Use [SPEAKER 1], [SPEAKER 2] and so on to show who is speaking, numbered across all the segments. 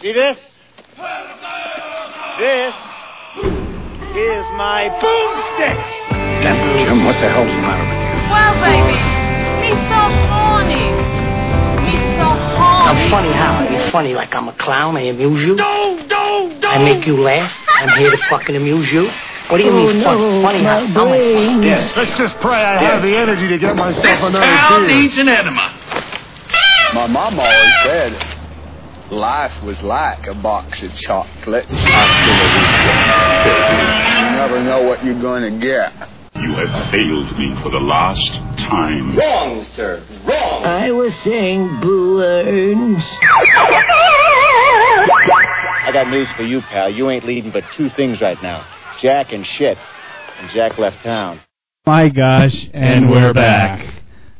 [SPEAKER 1] See this? This is my boomstick.
[SPEAKER 2] Jim, what the hell's the matter with you?
[SPEAKER 3] Well, baby, me so horny. Me so horny.
[SPEAKER 4] I'm funny how? You're funny like I'm a clown. I amuse you.
[SPEAKER 1] Don't, don't, don't.
[SPEAKER 4] I make you laugh. I'm here to fucking amuse you. What do you mean
[SPEAKER 1] Oh,
[SPEAKER 4] fun? funny how? How am I funny?
[SPEAKER 2] Yes.
[SPEAKER 5] Let's just pray I have the energy to get myself
[SPEAKER 6] This
[SPEAKER 5] another
[SPEAKER 6] town
[SPEAKER 5] beer.
[SPEAKER 6] needs an enema.
[SPEAKER 2] My mom always said life was like a box of chocolates. Hasta la vista, baby. You never know what you're going to get.
[SPEAKER 7] You have failed me for the last time.
[SPEAKER 2] Wrong, sir. Wrong.
[SPEAKER 4] I was saying balloons.
[SPEAKER 1] I got news for you, pal. You ain't leading but two things right now Jack and shit. And Jack left town.
[SPEAKER 8] My gosh, and,
[SPEAKER 9] And we're back.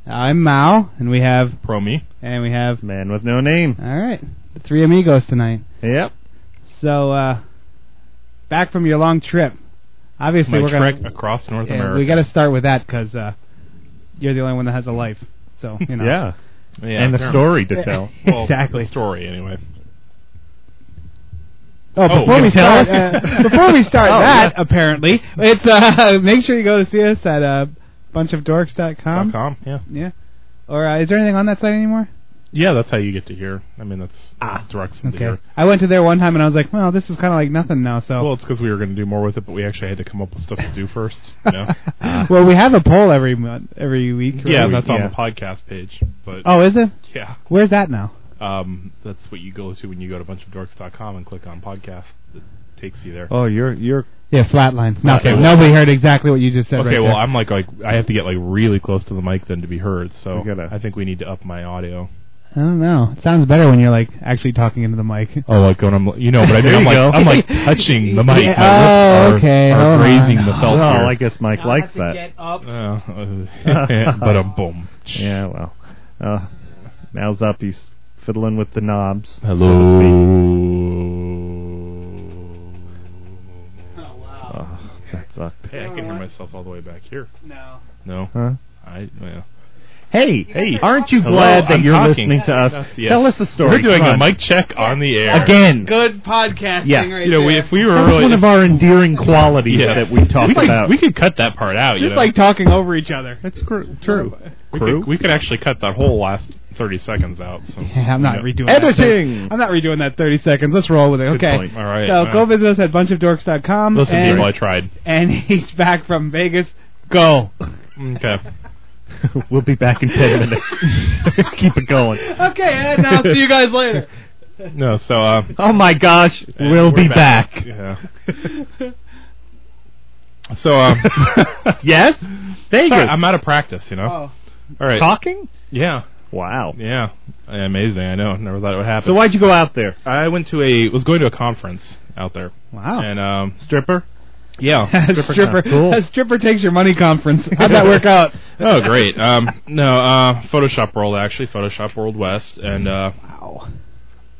[SPEAKER 8] I'm Mao, and we have
[SPEAKER 9] Pro me,
[SPEAKER 8] and we have
[SPEAKER 9] man with no name.
[SPEAKER 8] all right, the three amigos tonight.
[SPEAKER 9] Yep.
[SPEAKER 8] So uh, back from your long trip. Obviously,
[SPEAKER 9] My
[SPEAKER 8] we're
[SPEAKER 9] trek
[SPEAKER 8] gonna
[SPEAKER 9] across North
[SPEAKER 8] yeah,
[SPEAKER 9] America.
[SPEAKER 8] we got to start with that because uh, you're the only one that has a life. So you know.
[SPEAKER 9] yeah.
[SPEAKER 6] Yeah,
[SPEAKER 9] and the story to tell.
[SPEAKER 6] Well,
[SPEAKER 8] exactly.
[SPEAKER 6] the story, anyway.
[SPEAKER 8] Oh,
[SPEAKER 9] Oh,
[SPEAKER 8] before
[SPEAKER 9] you
[SPEAKER 8] we
[SPEAKER 9] tell
[SPEAKER 8] start,
[SPEAKER 9] us?
[SPEAKER 8] uh, before we start
[SPEAKER 9] Oh,
[SPEAKER 8] that,
[SPEAKER 9] yeah.
[SPEAKER 8] apparently it's uh, make sure you go to see us at uh, bunchofdorks.com.
[SPEAKER 9] .com, yeah.
[SPEAKER 8] Yeah. Or uh, is there anything on that site anymore?
[SPEAKER 9] Yeah, that's how you get to here. I mean, that's ah, directs into
[SPEAKER 8] Okay.
[SPEAKER 9] here.
[SPEAKER 8] I went to there one time and I was like, well, this is kind of like nothing now. So
[SPEAKER 9] Well, it's because we were going to do more with it, but we actually had to come up with stuff to do first. You know? Ah.
[SPEAKER 8] well, we have a poll every month, every week. right?
[SPEAKER 9] Uh, yeah, that's on
[SPEAKER 8] Yeah.
[SPEAKER 9] the podcast page. But
[SPEAKER 8] Oh, is it?
[SPEAKER 9] yeah,
[SPEAKER 8] Where's that now?
[SPEAKER 9] um, that's what you go to when you go to bunchofdorks.com and click on podcast. It takes you there.
[SPEAKER 5] Oh, you're you're
[SPEAKER 8] Yeah, flatline. Nothing.
[SPEAKER 9] Okay, well-
[SPEAKER 8] Nobody heard exactly what you just said.
[SPEAKER 9] okay,
[SPEAKER 8] right
[SPEAKER 9] well,
[SPEAKER 8] there.
[SPEAKER 9] I'm like like I have to get like really close to the mic then to be heard. So
[SPEAKER 5] We gotta-
[SPEAKER 9] I think we need to up my audio.
[SPEAKER 8] I don't know. It sounds better when you're like actually talking into the mic.
[SPEAKER 9] Oh, like when I'm, you know, but I mean,
[SPEAKER 8] There
[SPEAKER 9] I'm
[SPEAKER 8] you
[SPEAKER 9] like,
[SPEAKER 8] go.
[SPEAKER 9] I'm like touching the mic.
[SPEAKER 8] Yeah,
[SPEAKER 9] My
[SPEAKER 8] oh,
[SPEAKER 9] lips are,
[SPEAKER 8] okay,
[SPEAKER 9] are
[SPEAKER 8] hold
[SPEAKER 9] grazing
[SPEAKER 8] on.
[SPEAKER 9] the
[SPEAKER 5] well.
[SPEAKER 9] felt here.
[SPEAKER 5] I guess Mike likes that.
[SPEAKER 9] but I'm boom.
[SPEAKER 5] Yeah, well, uh, Mal's up. He's fiddling with the knobs. so to speak.
[SPEAKER 9] Hello.
[SPEAKER 5] Oh, that sucked.
[SPEAKER 9] Hey, I can hear myself all the way back here.
[SPEAKER 8] No.
[SPEAKER 9] No,
[SPEAKER 5] Huh?
[SPEAKER 9] I. Well,
[SPEAKER 5] Hey,
[SPEAKER 9] Hey.
[SPEAKER 5] aren't you
[SPEAKER 9] Hello,
[SPEAKER 5] glad that
[SPEAKER 9] I'm
[SPEAKER 5] you're
[SPEAKER 9] talking.
[SPEAKER 5] listening to us?
[SPEAKER 9] Yes.
[SPEAKER 5] Tell us a story.
[SPEAKER 9] We're doing
[SPEAKER 5] Come
[SPEAKER 9] a
[SPEAKER 5] on.
[SPEAKER 9] mic check on the air
[SPEAKER 5] again.
[SPEAKER 8] Good podcasting
[SPEAKER 5] Yeah.
[SPEAKER 8] right
[SPEAKER 9] You know, we, if we were
[SPEAKER 5] That's
[SPEAKER 9] really,
[SPEAKER 5] one of our endearing qualities
[SPEAKER 9] yeah,
[SPEAKER 5] that we talk
[SPEAKER 9] could,
[SPEAKER 5] about.
[SPEAKER 9] we could cut that part out. you
[SPEAKER 8] Just
[SPEAKER 9] know?
[SPEAKER 8] like talking over each other.
[SPEAKER 5] That's cr- true.
[SPEAKER 9] we
[SPEAKER 5] Crew?
[SPEAKER 9] could, we could actually cut that whole last thirty seconds out. Since,
[SPEAKER 8] Yeah, I'm
[SPEAKER 9] you
[SPEAKER 8] not
[SPEAKER 9] know,
[SPEAKER 8] redoing that.
[SPEAKER 5] Editing.
[SPEAKER 8] I'm not redoing that 30 seconds. Let's roll with it.
[SPEAKER 9] Good
[SPEAKER 8] okay.
[SPEAKER 9] point. All right.
[SPEAKER 8] So
[SPEAKER 9] Wow.
[SPEAKER 8] go visit us at bunchofdorks.com.
[SPEAKER 9] Listen,
[SPEAKER 8] and,
[SPEAKER 9] people, I tried.
[SPEAKER 8] and he's back from Vegas. Go.
[SPEAKER 9] Okay.
[SPEAKER 5] we'll be back in ten minutes. Keep it going.
[SPEAKER 8] Okay, and I'll see you guys later.
[SPEAKER 9] No, so uh,
[SPEAKER 5] Oh my gosh,
[SPEAKER 9] and
[SPEAKER 5] we'll
[SPEAKER 9] we're
[SPEAKER 5] be back.
[SPEAKER 9] Yeah. so um,
[SPEAKER 5] Yes, Vegas.
[SPEAKER 9] sorry, I'm out of practice. You know.
[SPEAKER 8] Oh.
[SPEAKER 9] All right.
[SPEAKER 5] talking.
[SPEAKER 9] Yeah.
[SPEAKER 5] Wow.
[SPEAKER 9] Yeah. Yeah, Amazing. I know. Never thought it would happen.
[SPEAKER 5] So why'd you go out there?
[SPEAKER 9] I went to a was going to a conference out there,
[SPEAKER 8] Wow.
[SPEAKER 9] and um,
[SPEAKER 5] Oh. Stripper.
[SPEAKER 9] yeah,
[SPEAKER 8] A stripper,
[SPEAKER 5] Cool.
[SPEAKER 8] a stripper takes your money conference. How'd that work out?
[SPEAKER 9] Oh, great. Um, no, uh, Photoshop World actually, Photoshop World West, and uh,
[SPEAKER 8] Wow.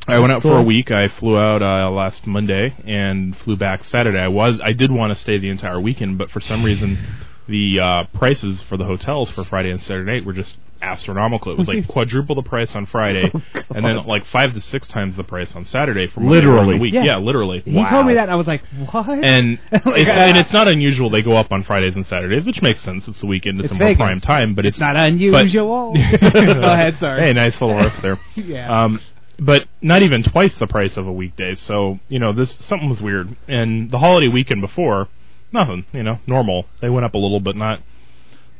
[SPEAKER 9] I went out for a
[SPEAKER 5] Cool.
[SPEAKER 9] week. I flew out uh, last Monday and flew back Saturday. I was I did want to stay the entire weekend, but for some reason, the uh, prices for the hotels for Friday and Saturday night were just astronomical. It was like quadruple the price on Friday,
[SPEAKER 5] Oh,
[SPEAKER 9] and then like five to six times the price on Saturday for Monday during
[SPEAKER 5] Literally.
[SPEAKER 9] the week.
[SPEAKER 8] Yeah.
[SPEAKER 9] Yeah, literally.
[SPEAKER 8] He told me that, and I was like, "What?"
[SPEAKER 9] And it's,
[SPEAKER 8] Like, uh,
[SPEAKER 9] and it's not unusual they go up on Fridays and Saturdays, which makes sense. It's the weekend. It's,
[SPEAKER 8] It's
[SPEAKER 9] a more
[SPEAKER 8] Vegas.
[SPEAKER 9] prime time, but
[SPEAKER 8] it's not unusual. Go ahead, sorry.
[SPEAKER 9] Hey, nice little riff there.
[SPEAKER 8] yeah.
[SPEAKER 9] Um, but not even twice the price of a weekday. So you know, this something was weird. And the holiday weekend before, nothing. You know, normal. They went up a little, but not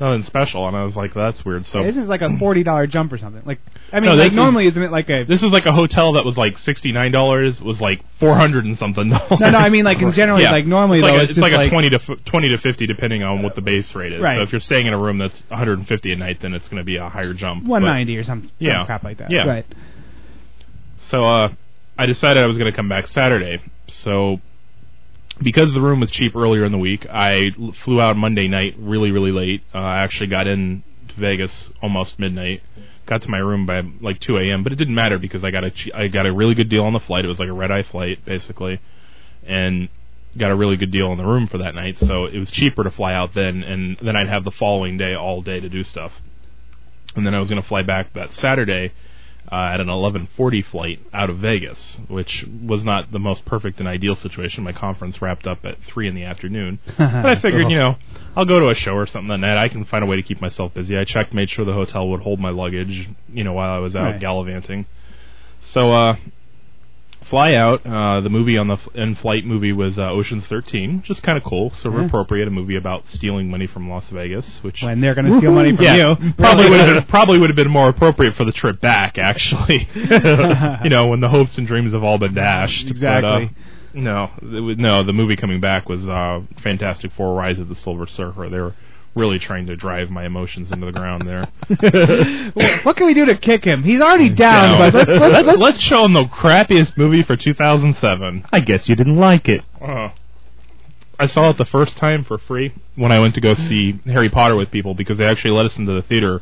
[SPEAKER 9] nothing special. And I was like, that's weird. So
[SPEAKER 8] Isn't it like a forty dollar jump or something? Like, I mean,
[SPEAKER 9] No,
[SPEAKER 8] like
[SPEAKER 9] this is-
[SPEAKER 8] normally isn't it like a?
[SPEAKER 9] this was like a hotel that was like sixty nine dollars was like four hundred and something dollars.
[SPEAKER 8] no, no, I mean like in general,
[SPEAKER 9] Yeah.
[SPEAKER 8] like normally
[SPEAKER 9] it's like
[SPEAKER 8] though,
[SPEAKER 9] a,
[SPEAKER 8] it's,
[SPEAKER 9] it's
[SPEAKER 8] just
[SPEAKER 9] like a twenty to f- twenty to fifty, depending on what the base rate is.
[SPEAKER 8] Right.
[SPEAKER 9] So if you're staying in a room that's 150 a night, then it's going to be a higher jump. But-
[SPEAKER 8] one ninety or some, some
[SPEAKER 9] Yeah.
[SPEAKER 8] crap like that.
[SPEAKER 9] Yeah.
[SPEAKER 8] Right.
[SPEAKER 9] So uh, I decided I was going to come back Saturday. So because the room was cheap earlier in the week, I l- flew out Monday night really, really late. Uh, I actually got in to Vegas almost midnight. Got to my room by like 2 a.m., but it didn't matter because I got a che- I got a really good deal on the flight. It was like a red eye flight basically, and got a really good deal on the room for that night. So it was cheaper to fly out then, and then I'd have the following day all day to do stuff. And then I was going to fly back that Saturday uh, at an 11:40 flight out of Vegas, which was not the most perfect and ideal situation. My conference wrapped up at three in the afternoon, but I figured, you know, I'll go to a show or something like that. I can find a way to keep myself busy. I checked, made sure the hotel would hold my luggage, you know, while I was out
[SPEAKER 8] Right.
[SPEAKER 9] gallivanting. So, uh, fly out. Uh, the movie on the f- in-flight movie was uh, Ocean's 13, which is kind of cool, sort of
[SPEAKER 8] Yeah.
[SPEAKER 9] appropriate. A movie about stealing money from Las Vegas, which
[SPEAKER 8] When they're going to steal money from
[SPEAKER 9] yeah,
[SPEAKER 8] you.
[SPEAKER 9] probably would have been, probably would have been more appropriate for the trip back, actually. you know, when the hopes and dreams have all been dashed.
[SPEAKER 8] Exactly.
[SPEAKER 9] But, uh, no, it was, no, the movie coming back was uh, Fantastic Four: Rise of the Silver Surfer. They were really trying to drive my emotions into the ground there.
[SPEAKER 8] what can we do to kick him? He's already down,
[SPEAKER 9] No.
[SPEAKER 8] but let's, let's,
[SPEAKER 9] let's, let's show them the crappiest movie for 2007.
[SPEAKER 6] I guess you didn't like it.
[SPEAKER 9] Uh, I saw it the first time for free when I went to
[SPEAKER 6] Mm.
[SPEAKER 9] go see Harry Potter with people because they actually let us into the theater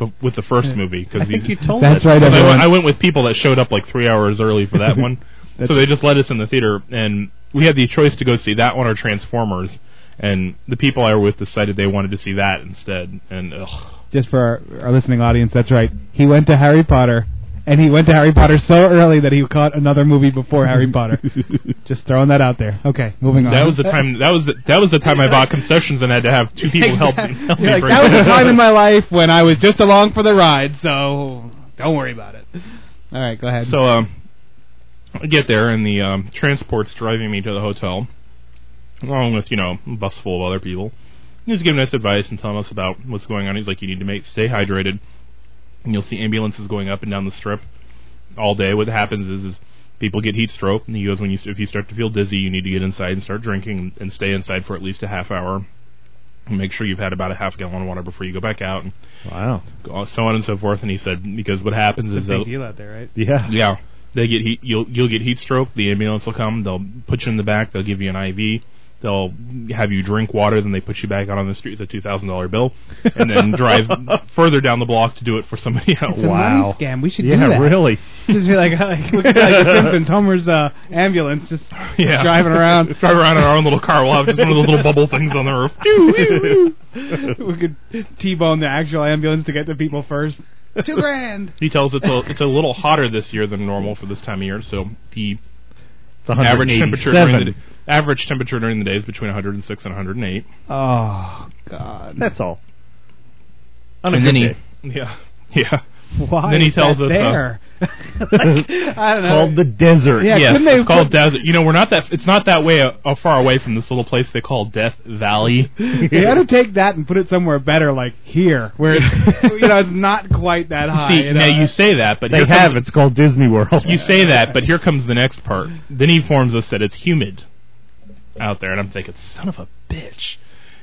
[SPEAKER 9] bef- with the first movie. Cause
[SPEAKER 6] I think
[SPEAKER 9] these-
[SPEAKER 6] you told
[SPEAKER 8] That's
[SPEAKER 6] us.
[SPEAKER 8] right,
[SPEAKER 9] I
[SPEAKER 8] everyone.
[SPEAKER 9] went, I went with people that showed up like three hours early for that one. so they just let us in the theater, and we had the choice to go see that one or Transformers. And the people I were with decided they wanted to see that instead. And ugh,
[SPEAKER 8] just for our, our listening audience, that's right. He went to Harry Potter, and he went to Harry Potter so early that he caught another movie before Harry Potter. Just throwing that out there. Okay, moving on.
[SPEAKER 9] that was the time. That was the, that was the time I bought concessions and had to have two people help me.
[SPEAKER 8] You're
[SPEAKER 9] Help me
[SPEAKER 8] like,
[SPEAKER 9] bring
[SPEAKER 8] that was
[SPEAKER 9] them.
[SPEAKER 8] a time in my life when I was just along for the ride, so don't worry about it. All right, go ahead.
[SPEAKER 9] So um, I get there, and the um, transport's driving me to the hotel, along with you know a bus full of other people. He was giving us advice and telling us about what's going on. He's like, you need to make, stay hydrated, and you'll see ambulances going up and down the strip all day. What happens is, is people get heat stroke, and he goes, when you if you start to feel dizzy, you need to get inside and start drinking and stay inside for at least a half hour. And make sure you've had about a half gallon of water before you go back out, and
[SPEAKER 5] Wow.
[SPEAKER 9] go- so on and so forth. And he said, because what happens is that
[SPEAKER 8] out there, right?
[SPEAKER 5] Yeah.
[SPEAKER 9] yeah. They get heat. You'll you'll get heat stroke. The ambulance will come. They'll put you in the back. They'll give you an IV. They'll have you drink water. Then they put you back out on the street with a two thousand dollar bill, and then drive further down the block to do it for somebody else.
[SPEAKER 8] It's a money
[SPEAKER 5] Wow.
[SPEAKER 8] scam. We should do
[SPEAKER 5] Yeah,
[SPEAKER 8] that.
[SPEAKER 5] really.
[SPEAKER 8] Just be like, like, look at like the Simpsons, Homer's uh, ambulance just
[SPEAKER 9] Yeah.
[SPEAKER 8] driving around.
[SPEAKER 9] drive around in our own little car. We'll have just one of those little bubble things on the roof.
[SPEAKER 8] we could T-bone the actual ambulance to get to people first. Two grand.
[SPEAKER 9] he tells it's a it's a little hotter this year than normal for this time of year. So the
[SPEAKER 5] It's
[SPEAKER 9] average
[SPEAKER 5] 187.
[SPEAKER 9] temperature during the, average temperature during the day is between 106 and 108.
[SPEAKER 8] Oh God.
[SPEAKER 5] That's all. On a
[SPEAKER 9] and
[SPEAKER 5] good
[SPEAKER 9] then he,
[SPEAKER 5] day.
[SPEAKER 9] yeah, yeah.
[SPEAKER 8] why.
[SPEAKER 9] then he
[SPEAKER 8] is
[SPEAKER 9] tells
[SPEAKER 8] that
[SPEAKER 9] us, uh,
[SPEAKER 8] there. Like, I don't know.
[SPEAKER 5] Called the desert.
[SPEAKER 8] Uh, Yeah,
[SPEAKER 9] yes,
[SPEAKER 8] couldn't they
[SPEAKER 9] it's called
[SPEAKER 8] put-
[SPEAKER 9] desert. You know, we're not that. It's not that way uh, uh, far away from this little place they call Death Valley.
[SPEAKER 8] you got to take that and put it somewhere better, like here, where it's, you know it's not quite that high.
[SPEAKER 9] See,
[SPEAKER 8] you
[SPEAKER 9] now
[SPEAKER 8] know?
[SPEAKER 9] you say that, but
[SPEAKER 5] uh, They
[SPEAKER 9] here
[SPEAKER 5] have.
[SPEAKER 9] comes-
[SPEAKER 5] It's called Disney World.
[SPEAKER 9] You say that, but here comes the next part. Then he informs us that it's humid out there, and I'm thinking, son of a bitch.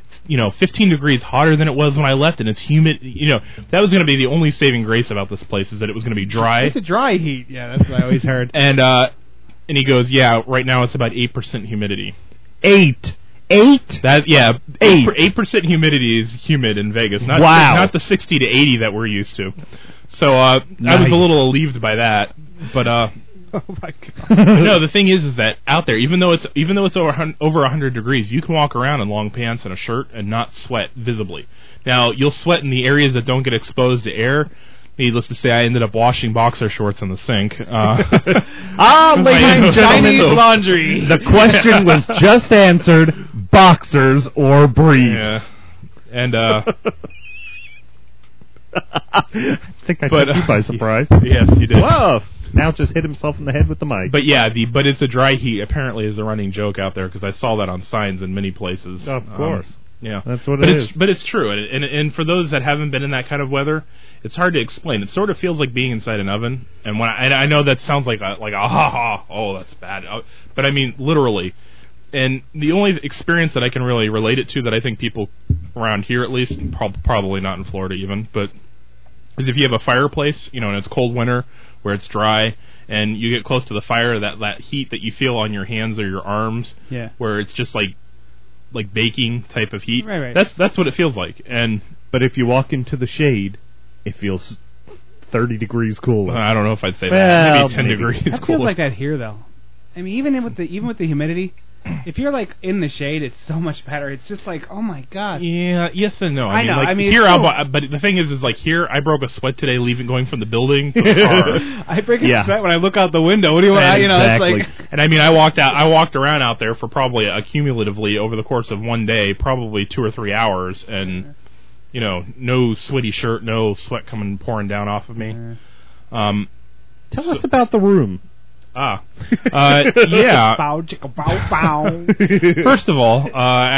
[SPEAKER 9] It's, You know, 15 degrees hotter than it was when I left, and it's humid. You know, that was going to be the only saving grace about this place is that it was going to be dry.
[SPEAKER 8] it's a dry heat. Yeah, that's what I always heard.
[SPEAKER 9] and uh, and he goes, yeah, right now it's about eight percent humidity.
[SPEAKER 5] eight. Eight.
[SPEAKER 9] That yeah,
[SPEAKER 5] Eight.
[SPEAKER 9] eight percent humidity is humid in Vegas. Not
[SPEAKER 5] Wow.
[SPEAKER 9] not the sixty to eighty that we're used to. So uh, I was
[SPEAKER 5] Nice.
[SPEAKER 9] a little relieved by that, but uh,
[SPEAKER 8] oh my God.
[SPEAKER 9] no, the thing is, is that out there, even though it's even though it's over hun- over hundred degrees, you can walk around in long pants and a shirt and not sweat visibly. Now you'll sweat in the areas that don't get exposed to air. Needless to say, I ended up washing boxer shorts in the sink. Uh,
[SPEAKER 8] Oh,
[SPEAKER 5] Ah, ladies
[SPEAKER 9] Chinese
[SPEAKER 5] and gentlemen,
[SPEAKER 9] laundry.
[SPEAKER 5] The question was just answered: boxers or
[SPEAKER 9] yeah,
[SPEAKER 5] briefs.
[SPEAKER 9] and uh,
[SPEAKER 5] I think I
[SPEAKER 9] But,
[SPEAKER 5] took you
[SPEAKER 9] uh,
[SPEAKER 5] by surprise.
[SPEAKER 9] yes, you did.
[SPEAKER 5] Whoa! Now just hit himself in the head with the mic.
[SPEAKER 9] But yeah, the but it's a dry heat apparently is a running joke out there because I saw that on signs in many places.
[SPEAKER 5] Of
[SPEAKER 9] Um,
[SPEAKER 5] course.
[SPEAKER 9] yeah,
[SPEAKER 5] That's what
[SPEAKER 9] but
[SPEAKER 5] it
[SPEAKER 9] it's,
[SPEAKER 5] is.
[SPEAKER 9] But it's true, and, and and for those that haven't been in that kind of weather, it's hard to explain. It sort of feels like being inside an oven. And when I, and I know that sounds like a like a ha ha oh that's bad, Uh, but I mean literally. And the only experience that I can really relate it to that I think people around here at least, and prob- probably not in Florida even, but is if you have a fireplace, you know, and it's cold winter where it's dry, and you get close to the fire, that that heat that you feel on your hands or your arms,
[SPEAKER 8] Yeah.
[SPEAKER 9] where it's just like like baking type of heat.
[SPEAKER 8] Right, right.
[SPEAKER 9] That's that's what it feels like. And
[SPEAKER 5] But if you walk into the shade, it feels thirty degrees cooler.
[SPEAKER 9] I don't know if I'd say
[SPEAKER 5] Well,
[SPEAKER 9] that. Maybe ten
[SPEAKER 5] maybe.
[SPEAKER 9] degrees
[SPEAKER 8] That feels
[SPEAKER 9] cooler.
[SPEAKER 8] like that here though. I mean, even in with the even with the humidity, If you're like in the shade, it's so much better. It's just like, oh my god.
[SPEAKER 9] Yeah, yes and no. I,
[SPEAKER 8] I
[SPEAKER 9] mean,
[SPEAKER 8] know,
[SPEAKER 9] Like,
[SPEAKER 8] I mean,
[SPEAKER 9] here,
[SPEAKER 8] it's
[SPEAKER 9] I'll,
[SPEAKER 8] cool.
[SPEAKER 9] bu- but the thing is, is like here, I broke a sweat today, leaving, going from the building to the car.
[SPEAKER 8] I break a
[SPEAKER 5] Yeah.
[SPEAKER 8] sweat when I look out the window. What do you want? You know, it's like
[SPEAKER 9] and I mean, I walked out, I walked around out there for probably accumulatively over the course of one day, probably two or three hours, and you know, no sweaty shirt, no sweat coming pouring down off of me. Um,
[SPEAKER 5] Tell us about the room.
[SPEAKER 9] ah, uh, yeah.
[SPEAKER 8] bow chicka bow bow.
[SPEAKER 9] First of all, uh,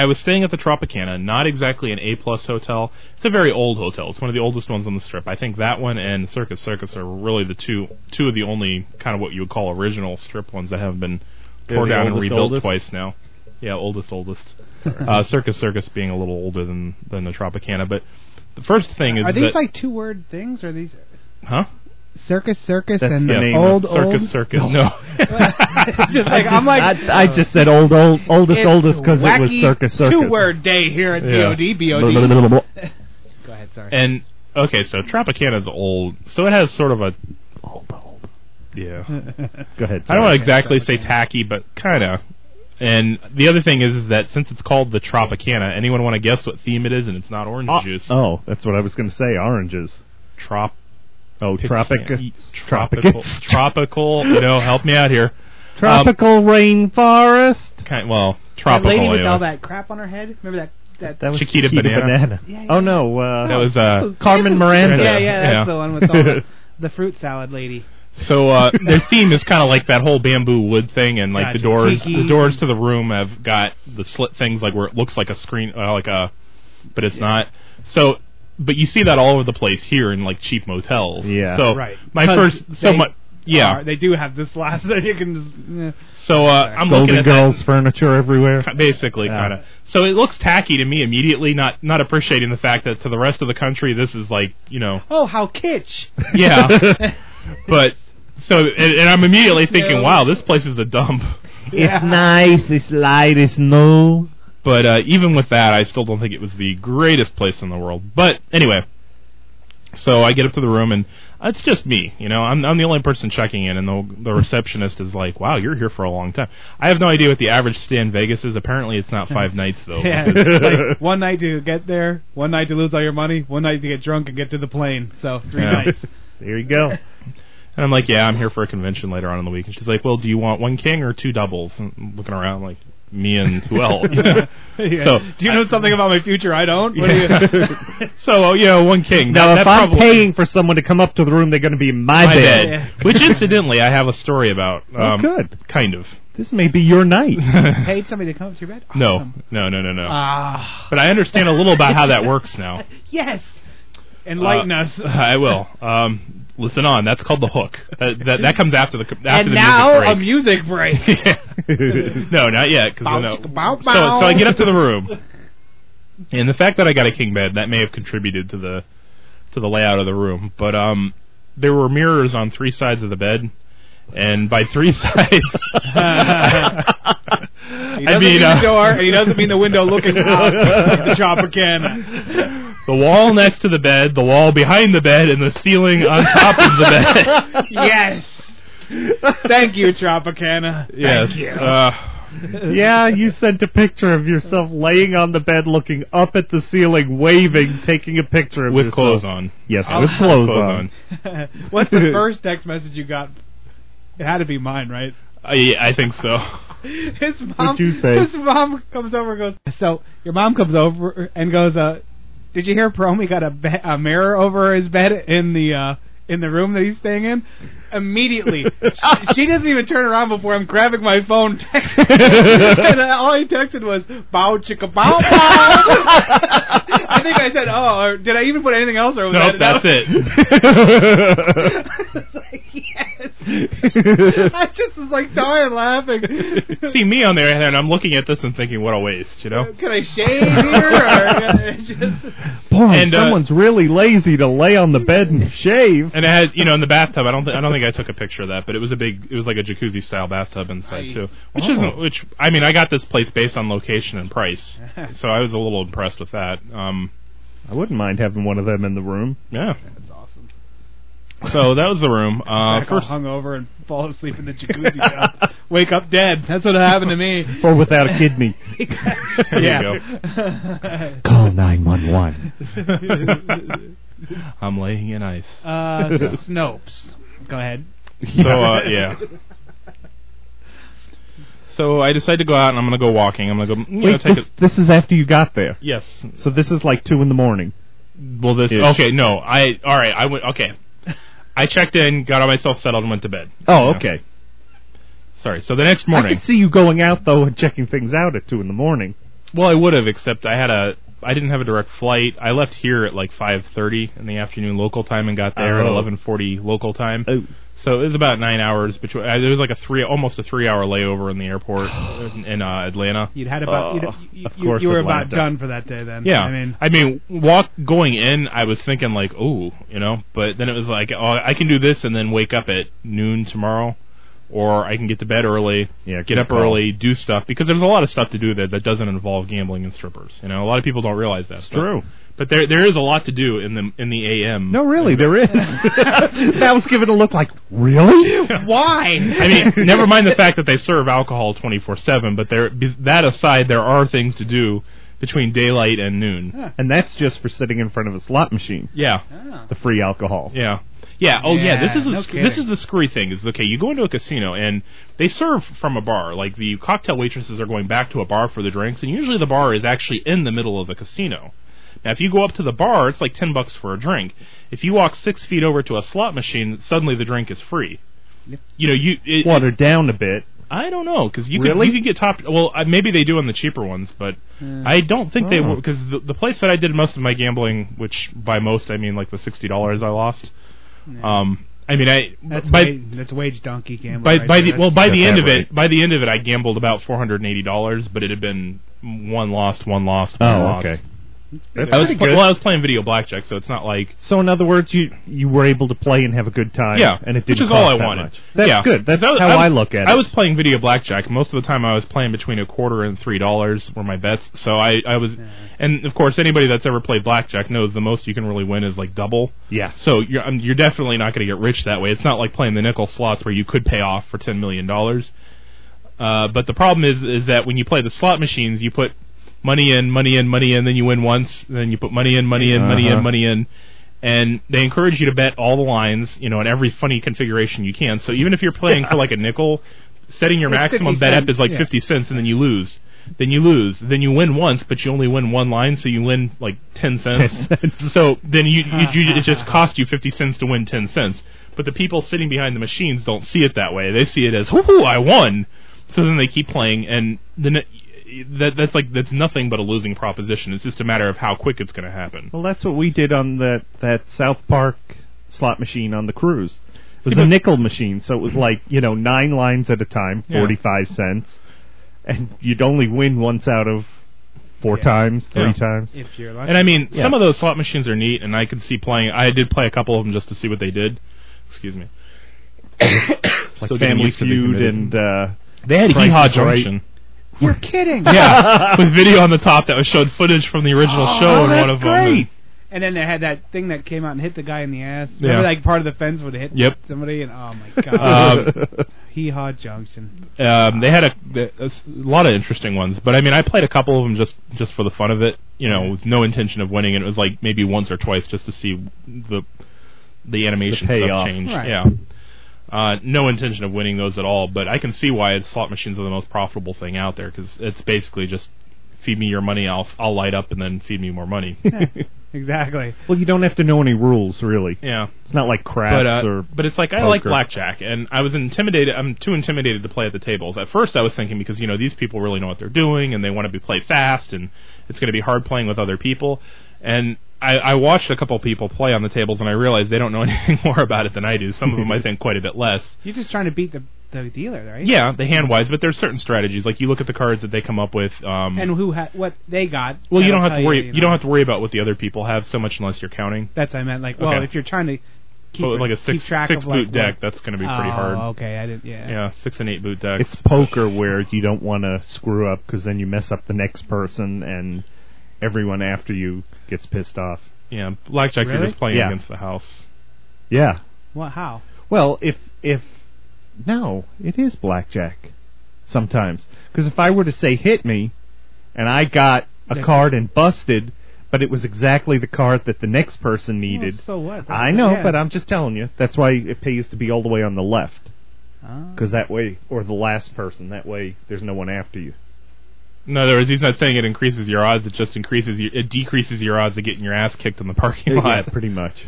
[SPEAKER 9] I was staying at the Tropicana, not exactly an A plus hotel. It's a very old hotel. It's one of the oldest ones on the strip. I think that one and Circus Circus are really the two two of the only kind of what you would call original strip ones that have been
[SPEAKER 5] They're
[SPEAKER 9] torn
[SPEAKER 5] the
[SPEAKER 9] down and
[SPEAKER 5] oldest,
[SPEAKER 9] rebuilt
[SPEAKER 5] oldest?
[SPEAKER 9] twice now. Yeah, oldest, oldest. uh, Circus Circus being a little older than than the Tropicana, but the first thing is
[SPEAKER 8] Are
[SPEAKER 9] that
[SPEAKER 8] these like two word things? Or are these
[SPEAKER 9] huh?
[SPEAKER 8] circus circus
[SPEAKER 5] That's
[SPEAKER 8] and
[SPEAKER 5] the name of
[SPEAKER 8] old
[SPEAKER 9] Circus
[SPEAKER 8] old?
[SPEAKER 9] Circus. No.
[SPEAKER 8] Just like I'm like
[SPEAKER 5] I, I just said old, old, oldest,
[SPEAKER 8] it's
[SPEAKER 5] oldest because it was
[SPEAKER 8] wacky
[SPEAKER 5] circus, circus.
[SPEAKER 8] Two word day here at
[SPEAKER 9] Yeah.
[SPEAKER 8] BOD BOD.
[SPEAKER 5] It's
[SPEAKER 8] Go ahead, sorry.
[SPEAKER 9] And okay, so Tropicana's old, so it has sort of a yeah.
[SPEAKER 5] Go ahead.
[SPEAKER 9] I don't want
[SPEAKER 5] sorry.
[SPEAKER 9] to exactly say tacky, but kind of. And the other thing is, is that since it's called the Tropicana, anyone want to guess what theme it is? And it's not orange juice.
[SPEAKER 5] Oh, that's what I was going to say. Oranges.
[SPEAKER 9] Trop.
[SPEAKER 5] Oh, tropic,
[SPEAKER 9] tropical, um, tropical. You know, help me out here.
[SPEAKER 5] tropical rainforest.
[SPEAKER 9] Kind, well,
[SPEAKER 8] that
[SPEAKER 9] tropical.
[SPEAKER 8] lady with
[SPEAKER 9] anyway.
[SPEAKER 8] all that crap on her head. Remember that that,
[SPEAKER 5] That was
[SPEAKER 9] Chiquita Banana.
[SPEAKER 8] Yeah, yeah.
[SPEAKER 5] Oh no, uh,
[SPEAKER 9] That was uh.
[SPEAKER 5] Carmen Miranda.
[SPEAKER 8] Yeah, yeah, that's
[SPEAKER 9] Yeah.
[SPEAKER 8] the one with all the, the fruit salad lady.
[SPEAKER 9] So uh, their theme is kind of like that whole bamboo wood thing, and like the
[SPEAKER 8] Gotcha.
[SPEAKER 9] doors,
[SPEAKER 8] Tiki.
[SPEAKER 9] the doors to the room have got the slit things, like where it looks like a screen, uh, like a, but it's not. So, but you see that all over the place here in like cheap motels.
[SPEAKER 5] Yeah.
[SPEAKER 9] So
[SPEAKER 8] Right.
[SPEAKER 9] my
[SPEAKER 8] 'Cause
[SPEAKER 9] first, so
[SPEAKER 8] they
[SPEAKER 9] much, yeah.
[SPEAKER 8] Or Uh, they do have this last. So you can just, eh.
[SPEAKER 9] So uh, I'm looking
[SPEAKER 5] Golden
[SPEAKER 9] at
[SPEAKER 5] Girls furniture everywhere.
[SPEAKER 9] that, basically
[SPEAKER 5] Yeah.
[SPEAKER 9] kind of. So it looks tacky to me immediately, not not appreciating the fact that to the rest of the country this is like you know
[SPEAKER 8] oh, how kitsch!
[SPEAKER 9] yeah, but. So and, and I'm immediately thinking,
[SPEAKER 8] No.
[SPEAKER 9] wow, this place is a dump.
[SPEAKER 8] Yeah.
[SPEAKER 5] nice. It's light. It's no.
[SPEAKER 9] But uh, even with that, I still don't think it was the greatest place in the world. But anyway, so I get up to the room and uh, it's just me. You know, I'm, I'm the only person checking in, and the, the receptionist is like, "Wow, you're here for a long time." I have no idea what the average stay in Vegas is. Apparently, it's not five nights though.
[SPEAKER 8] Yeah, it's like one night to get there, one night to lose all your money, one night to get drunk and get to the plane. So three
[SPEAKER 9] Yeah.
[SPEAKER 8] nights.
[SPEAKER 5] There you go.
[SPEAKER 9] And I'm like, "Yeah, I'm here for a convention later on in the week." And she's like, "Well, do you want one king or two doubles?" And I'm looking around like me and who else?
[SPEAKER 8] Yeah.
[SPEAKER 9] So
[SPEAKER 8] do you know something about my future? I don't. What do you?
[SPEAKER 9] so you know, one king.
[SPEAKER 5] Now,
[SPEAKER 9] That-
[SPEAKER 5] if
[SPEAKER 9] that
[SPEAKER 5] I'm
[SPEAKER 9] probably-
[SPEAKER 5] paying for someone to come up to the room, they're going to be in my,
[SPEAKER 9] my bed,
[SPEAKER 8] Yeah.
[SPEAKER 9] which incidentally I have a story about. Um,
[SPEAKER 5] good.
[SPEAKER 9] Kind of.
[SPEAKER 5] This may be your night.
[SPEAKER 8] Paid somebody to come up to your bed?
[SPEAKER 9] No,
[SPEAKER 8] Awesome.
[SPEAKER 9] no, no, no, no.
[SPEAKER 8] Ah,
[SPEAKER 9] but I understand a little about how that works now.
[SPEAKER 8] yes. Enlighten
[SPEAKER 9] Uh,
[SPEAKER 8] us.
[SPEAKER 9] I will. Um, listen on. That's called the hook. That that, that comes after the after
[SPEAKER 8] and
[SPEAKER 9] the
[SPEAKER 8] now a music
[SPEAKER 9] music
[SPEAKER 8] break.
[SPEAKER 9] break. no, not yet. 'cause I
[SPEAKER 8] Bow,
[SPEAKER 9] know.
[SPEAKER 8] chicka, bow,
[SPEAKER 9] So
[SPEAKER 8] bow.
[SPEAKER 9] so I get up to the room, and the fact that I got a king bed that may have contributed to the to the layout of the room. But um, there were mirrors on three sides of the bed. And by three sides,
[SPEAKER 8] He
[SPEAKER 9] I
[SPEAKER 8] doesn't
[SPEAKER 9] mean,
[SPEAKER 8] mean
[SPEAKER 9] uh,
[SPEAKER 8] the door, and he doesn't mean the window looking out at the Tropicana.
[SPEAKER 9] the wall next to the bed, the wall behind the bed, and the ceiling on top of the bed.
[SPEAKER 8] Yes. Thank you, Tropicana.
[SPEAKER 9] yes.
[SPEAKER 8] Thank you.
[SPEAKER 9] Uh,
[SPEAKER 5] yeah, you sent a picture of yourself laying on the bed, looking up at the ceiling, waving, taking a picture of
[SPEAKER 9] with
[SPEAKER 5] yourself.
[SPEAKER 9] clothes on.
[SPEAKER 5] Yes, with clothes, on.
[SPEAKER 8] What's the first text message you got? It had to be mine, right?
[SPEAKER 9] I, I think so.
[SPEAKER 8] His mom.
[SPEAKER 5] What'd you say?
[SPEAKER 8] His mom comes over and goes. So your mom comes over and goes. Uh, did you hear Promi got a, be- a mirror over his bed in the uh, in the room that he's staying in? Immediately, she, she doesn't even turn around before I'm grabbing my phone. Text. and uh, all I texted was "bow chicka bow bow." I think I said, "Oh, or did I even put anything else?" Or was
[SPEAKER 9] Nope,
[SPEAKER 8] that
[SPEAKER 9] that's it.
[SPEAKER 8] It's like, yes. I just was like dying laughing.
[SPEAKER 9] See me on there, and I'm looking at this and thinking, what a waste, you know?
[SPEAKER 8] Can I shave here? Or it's just,
[SPEAKER 5] Boy,
[SPEAKER 9] And, uh,
[SPEAKER 5] someone's really lazy to lay on the bed and shave.
[SPEAKER 9] And I had, you know, in the bathtub. I don't, th- I don't think I took a picture of that, but it was a big, it was like a jacuzzi style bathtub inside
[SPEAKER 8] Nice.
[SPEAKER 9] too, which
[SPEAKER 5] Oh.
[SPEAKER 9] isn't, which I mean, I got this place based on location and price, so I was a little impressed with that. Um,
[SPEAKER 5] I wouldn't mind having one of them in the room.
[SPEAKER 9] yeah.
[SPEAKER 8] That's awesome.
[SPEAKER 9] So that was the room. Uh,
[SPEAKER 8] Back all
[SPEAKER 9] first,
[SPEAKER 8] hung over and fall asleep in the jacuzzi tub wake up dead. That's what happened to me.
[SPEAKER 5] or without a kidney.
[SPEAKER 9] There
[SPEAKER 8] yeah.
[SPEAKER 9] you go.
[SPEAKER 5] Call 911.
[SPEAKER 9] I'm laying in ice.
[SPEAKER 8] Uh, Snopes. Go ahead.
[SPEAKER 9] So uh, yeah. So I decide to go out and I'm gonna go walking. I'm gonna go. You know,
[SPEAKER 5] Wait,
[SPEAKER 9] take
[SPEAKER 5] this,
[SPEAKER 9] a,
[SPEAKER 5] this is after you got there.
[SPEAKER 9] yes.
[SPEAKER 5] So this is like 2 in the morning.
[SPEAKER 9] Well, this.
[SPEAKER 5] Yes.
[SPEAKER 9] Okay. No. I. All right. I went. Okay. I checked in, got myself settled, and went to bed.
[SPEAKER 5] Oh,
[SPEAKER 9] Yeah.
[SPEAKER 5] okay.
[SPEAKER 9] Sorry. So the next
[SPEAKER 5] I
[SPEAKER 9] morning.
[SPEAKER 5] could see you going out, though, and checking things out at 2 in the morning.
[SPEAKER 9] Well, I would have, except I had a. I didn't have a direct flight. I left here at like 5:30 in the afternoon local time and got there at
[SPEAKER 5] Oh.
[SPEAKER 9] 11:40 local time.
[SPEAKER 5] Oh.
[SPEAKER 9] So it was about nine hours between. uh, It was like a three, almost a three-hour layover in the airport in, in uh, Atlanta.
[SPEAKER 8] You'd had about.
[SPEAKER 9] Oh,
[SPEAKER 8] you'd, you,
[SPEAKER 9] of
[SPEAKER 8] you,
[SPEAKER 9] course
[SPEAKER 8] you were about
[SPEAKER 9] Atlanta.
[SPEAKER 8] done for that day then.
[SPEAKER 9] Yeah,
[SPEAKER 8] I mean,
[SPEAKER 9] I mean, walk going in, I was thinking like, oh, you know, but then it was like, oh, I can do this and then wake up at noon tomorrow, or I can get to bed early,
[SPEAKER 5] Yeah,
[SPEAKER 9] get
[SPEAKER 5] good
[SPEAKER 9] up
[SPEAKER 5] call.
[SPEAKER 9] early, do stuff because there's a lot of stuff to do there that doesn't involve gambling and strippers. You know, a lot of people don't realize that. It's
[SPEAKER 5] true.
[SPEAKER 9] but there there is a lot to do in the in the AM.
[SPEAKER 5] No, really, there is. that was giving a look like, really?
[SPEAKER 9] Why? I mean, never mind the fact that they serve alcohol 24/7, but there be- that aside, there are things to do between daylight and noon.
[SPEAKER 5] And that's just for sitting in front of a slot machine.
[SPEAKER 9] Yeah.
[SPEAKER 5] The free alcohol.
[SPEAKER 9] Yeah. Yeah. Oh, yeah. This is
[SPEAKER 8] Yeah,
[SPEAKER 9] a,
[SPEAKER 8] no
[SPEAKER 9] this is
[SPEAKER 8] kidding.
[SPEAKER 9] the screwy thing. Is okay. You go into a casino and they serve from a bar. Like the cocktail waitresses are going back to a bar for the drinks, and usually the bar is actually in the middle of the casino. Now, if you go up to the bar, it's like ten bucks for a drink. If you walk six feet over to a slot machine, suddenly the drink is free. You know, you it,
[SPEAKER 5] Watered down a bit.
[SPEAKER 9] I don't know because you
[SPEAKER 5] Really?
[SPEAKER 9] could you could get top. Well, uh, maybe they do on the cheaper ones, but I don't think they
[SPEAKER 5] Oh.
[SPEAKER 9] will because the, the place that I did most of my gambling, which by most I mean like the sixty dollars I lost. Um, I mean I
[SPEAKER 8] that's
[SPEAKER 9] by
[SPEAKER 8] wage, that's wage donkey gambling.
[SPEAKER 9] by,
[SPEAKER 8] right
[SPEAKER 9] by
[SPEAKER 8] there.
[SPEAKER 9] the well by
[SPEAKER 5] Got
[SPEAKER 9] the end
[SPEAKER 5] that
[SPEAKER 9] of it
[SPEAKER 5] right.
[SPEAKER 9] by the end of it I gambled about four hundred and eighty dollars, but it had been one lost, one lost, one
[SPEAKER 5] Oh,
[SPEAKER 9] lost.
[SPEAKER 5] okay. That's
[SPEAKER 9] I was
[SPEAKER 5] pretty
[SPEAKER 9] pl-
[SPEAKER 5] good.
[SPEAKER 9] well, I was playing video blackjack, so it's not like
[SPEAKER 5] So in other words, you you were able to play and have a good time.
[SPEAKER 9] Yeah,
[SPEAKER 5] and it didn't
[SPEAKER 9] which is
[SPEAKER 5] cost
[SPEAKER 9] all I
[SPEAKER 5] that
[SPEAKER 9] wanted.
[SPEAKER 5] much. That's
[SPEAKER 9] Yeah.
[SPEAKER 5] good. That's
[SPEAKER 9] So was-
[SPEAKER 5] how
[SPEAKER 9] was-
[SPEAKER 5] I, look at it.
[SPEAKER 9] I was playing video blackjack. Most of the time, I was playing between a quarter and three dollars were my bets. So I, I was, and of course, anybody that's ever played blackjack knows the most you can really win is like double.
[SPEAKER 5] yeah.
[SPEAKER 9] So you're um, you're definitely not going to get rich that way. It's not like playing the nickel slots where you could pay off for ten million dollars. Uh, but the problem is is that when you play the slot machines, you put money in, money in, money in, then you win once, then you put money in, money in, money
[SPEAKER 5] Uh-huh.
[SPEAKER 9] in, money in, and they encourage you to bet all the lines, you know, in every funny configuration you can. So even if you're playing for like a nickel, setting your
[SPEAKER 8] It's 50
[SPEAKER 9] maximum bet up
[SPEAKER 8] cents,
[SPEAKER 9] is like
[SPEAKER 8] yeah.
[SPEAKER 9] fifty cents, and then you lose. Then you lose. Then you win once, but you only win one line, so you win like ten cents. so then you, you, you it just cost you fifty cents to win ten cents. But the people sitting behind the machines don't see it that way. They see it as "Whoo, I won!" So then they keep playing, and then it- that that's like that's nothing but a losing proposition. It's just a matter of how quick it's going to happen.
[SPEAKER 5] Well, that's what we did on that that South Park slot machine on the cruise. It was
[SPEAKER 9] See,
[SPEAKER 5] a
[SPEAKER 9] but-
[SPEAKER 5] nickel machine, so it was like you know nine lines at a time,
[SPEAKER 9] Yeah.
[SPEAKER 5] forty five cents, and you'd only win once out of four times, three
[SPEAKER 9] Yeah.
[SPEAKER 5] times.
[SPEAKER 8] if you're lucky.
[SPEAKER 9] And I mean,
[SPEAKER 5] Yeah.
[SPEAKER 9] some of those slot machines are neat, and I could see playing. I did play a couple of them just to see what they did. Excuse me.
[SPEAKER 5] like
[SPEAKER 9] Still getting
[SPEAKER 5] Family
[SPEAKER 9] used to being
[SPEAKER 5] Feud
[SPEAKER 9] committed.
[SPEAKER 5] and uh,
[SPEAKER 9] They had
[SPEAKER 5] Price
[SPEAKER 9] Hee-Haw
[SPEAKER 5] is Right.
[SPEAKER 9] Junction.
[SPEAKER 8] You're kidding.
[SPEAKER 9] Yeah, with video on the top that was showed footage from the original
[SPEAKER 8] Oh,
[SPEAKER 9] show in
[SPEAKER 8] that's
[SPEAKER 9] one of them.
[SPEAKER 5] great.
[SPEAKER 8] And then they had that thing that came out and hit the guy in the ass.
[SPEAKER 9] Yeah.
[SPEAKER 8] Remember, like part of the fence would hit
[SPEAKER 9] Yep.
[SPEAKER 8] somebody, and oh my god,
[SPEAKER 9] Um,
[SPEAKER 8] hee haw junction.
[SPEAKER 9] um, they had a, a s- lot of interesting ones, but I mean, I played a couple of them just just for the fun of it, you know, with no intention of winning. And it was like maybe once or twice just to see the the animation stuff
[SPEAKER 5] payoff.
[SPEAKER 9] change.
[SPEAKER 8] Right.
[SPEAKER 9] Yeah, uh, no intention of winning those at all. But I can see why it's slot machines are the most profitable thing out there because it's basically just feed me your money, I'll s- I'll light up, and then feed me more money.
[SPEAKER 8] Exactly.
[SPEAKER 5] well, you don't have to know any rules really.
[SPEAKER 9] yeah.
[SPEAKER 5] It's not like craps
[SPEAKER 9] but, uh,
[SPEAKER 5] or
[SPEAKER 9] but it's like I like
[SPEAKER 5] poker.
[SPEAKER 9] blackjack, and I was intimidated. I'm too intimidated to play at the tables. At first, I was thinking because you know these people really know what they're doing, and they want to be play fast, and it's going to be hard playing with other people. And I, I watched a couple people play on the tables, and I realized they don't know anything more about it than I do. Some of them, I think, quite a bit less.
[SPEAKER 8] You're just trying to beat the the dealer, right?
[SPEAKER 9] Yeah, the hand wise, but there's certain strategies. Like you look at the cards that they come up with. Um,
[SPEAKER 8] And who had what they got?
[SPEAKER 9] well, you don't
[SPEAKER 8] that'll
[SPEAKER 9] have to
[SPEAKER 8] tell
[SPEAKER 9] worry.
[SPEAKER 8] You,
[SPEAKER 9] you don't have to worry about what the other people have so much unless you're counting.
[SPEAKER 8] That's what I meant. Like, well,
[SPEAKER 9] Okay.
[SPEAKER 8] if you're trying to keep
[SPEAKER 9] But with like a
[SPEAKER 8] keep
[SPEAKER 9] six
[SPEAKER 8] track
[SPEAKER 9] six
[SPEAKER 8] of like
[SPEAKER 9] boot deck,
[SPEAKER 8] what-
[SPEAKER 9] that's going to be pretty
[SPEAKER 8] oh,
[SPEAKER 9] hard.
[SPEAKER 8] Okay, I didn't. Yeah.
[SPEAKER 9] Yeah, six and eight boot decks.
[SPEAKER 5] it's poker where you don't want to screw up because then you mess up the next person and everyone after you gets pissed off.
[SPEAKER 9] Yeah, blackjack. You're
[SPEAKER 8] Really?
[SPEAKER 9] just playing
[SPEAKER 5] Yeah.
[SPEAKER 9] against the house.
[SPEAKER 5] Yeah.
[SPEAKER 8] What? How?
[SPEAKER 5] Well, if if no, it is blackjack. sometimes. Because if I were to say hit me, and I got a card and busted, but it was exactly the card that the next person needed.
[SPEAKER 8] Well, so what?
[SPEAKER 5] I know,
[SPEAKER 8] Yeah.
[SPEAKER 5] but I'm just telling you. That's why it pays to be all the way on the left,
[SPEAKER 8] Ah.
[SPEAKER 5] because that way, or the last person. That way, there's no one after you.
[SPEAKER 9] In other words, he's not saying it increases your odds. It just increases your, it decreases your odds of getting your ass kicked in the parking
[SPEAKER 5] Yeah,
[SPEAKER 9] lot.
[SPEAKER 5] pretty much.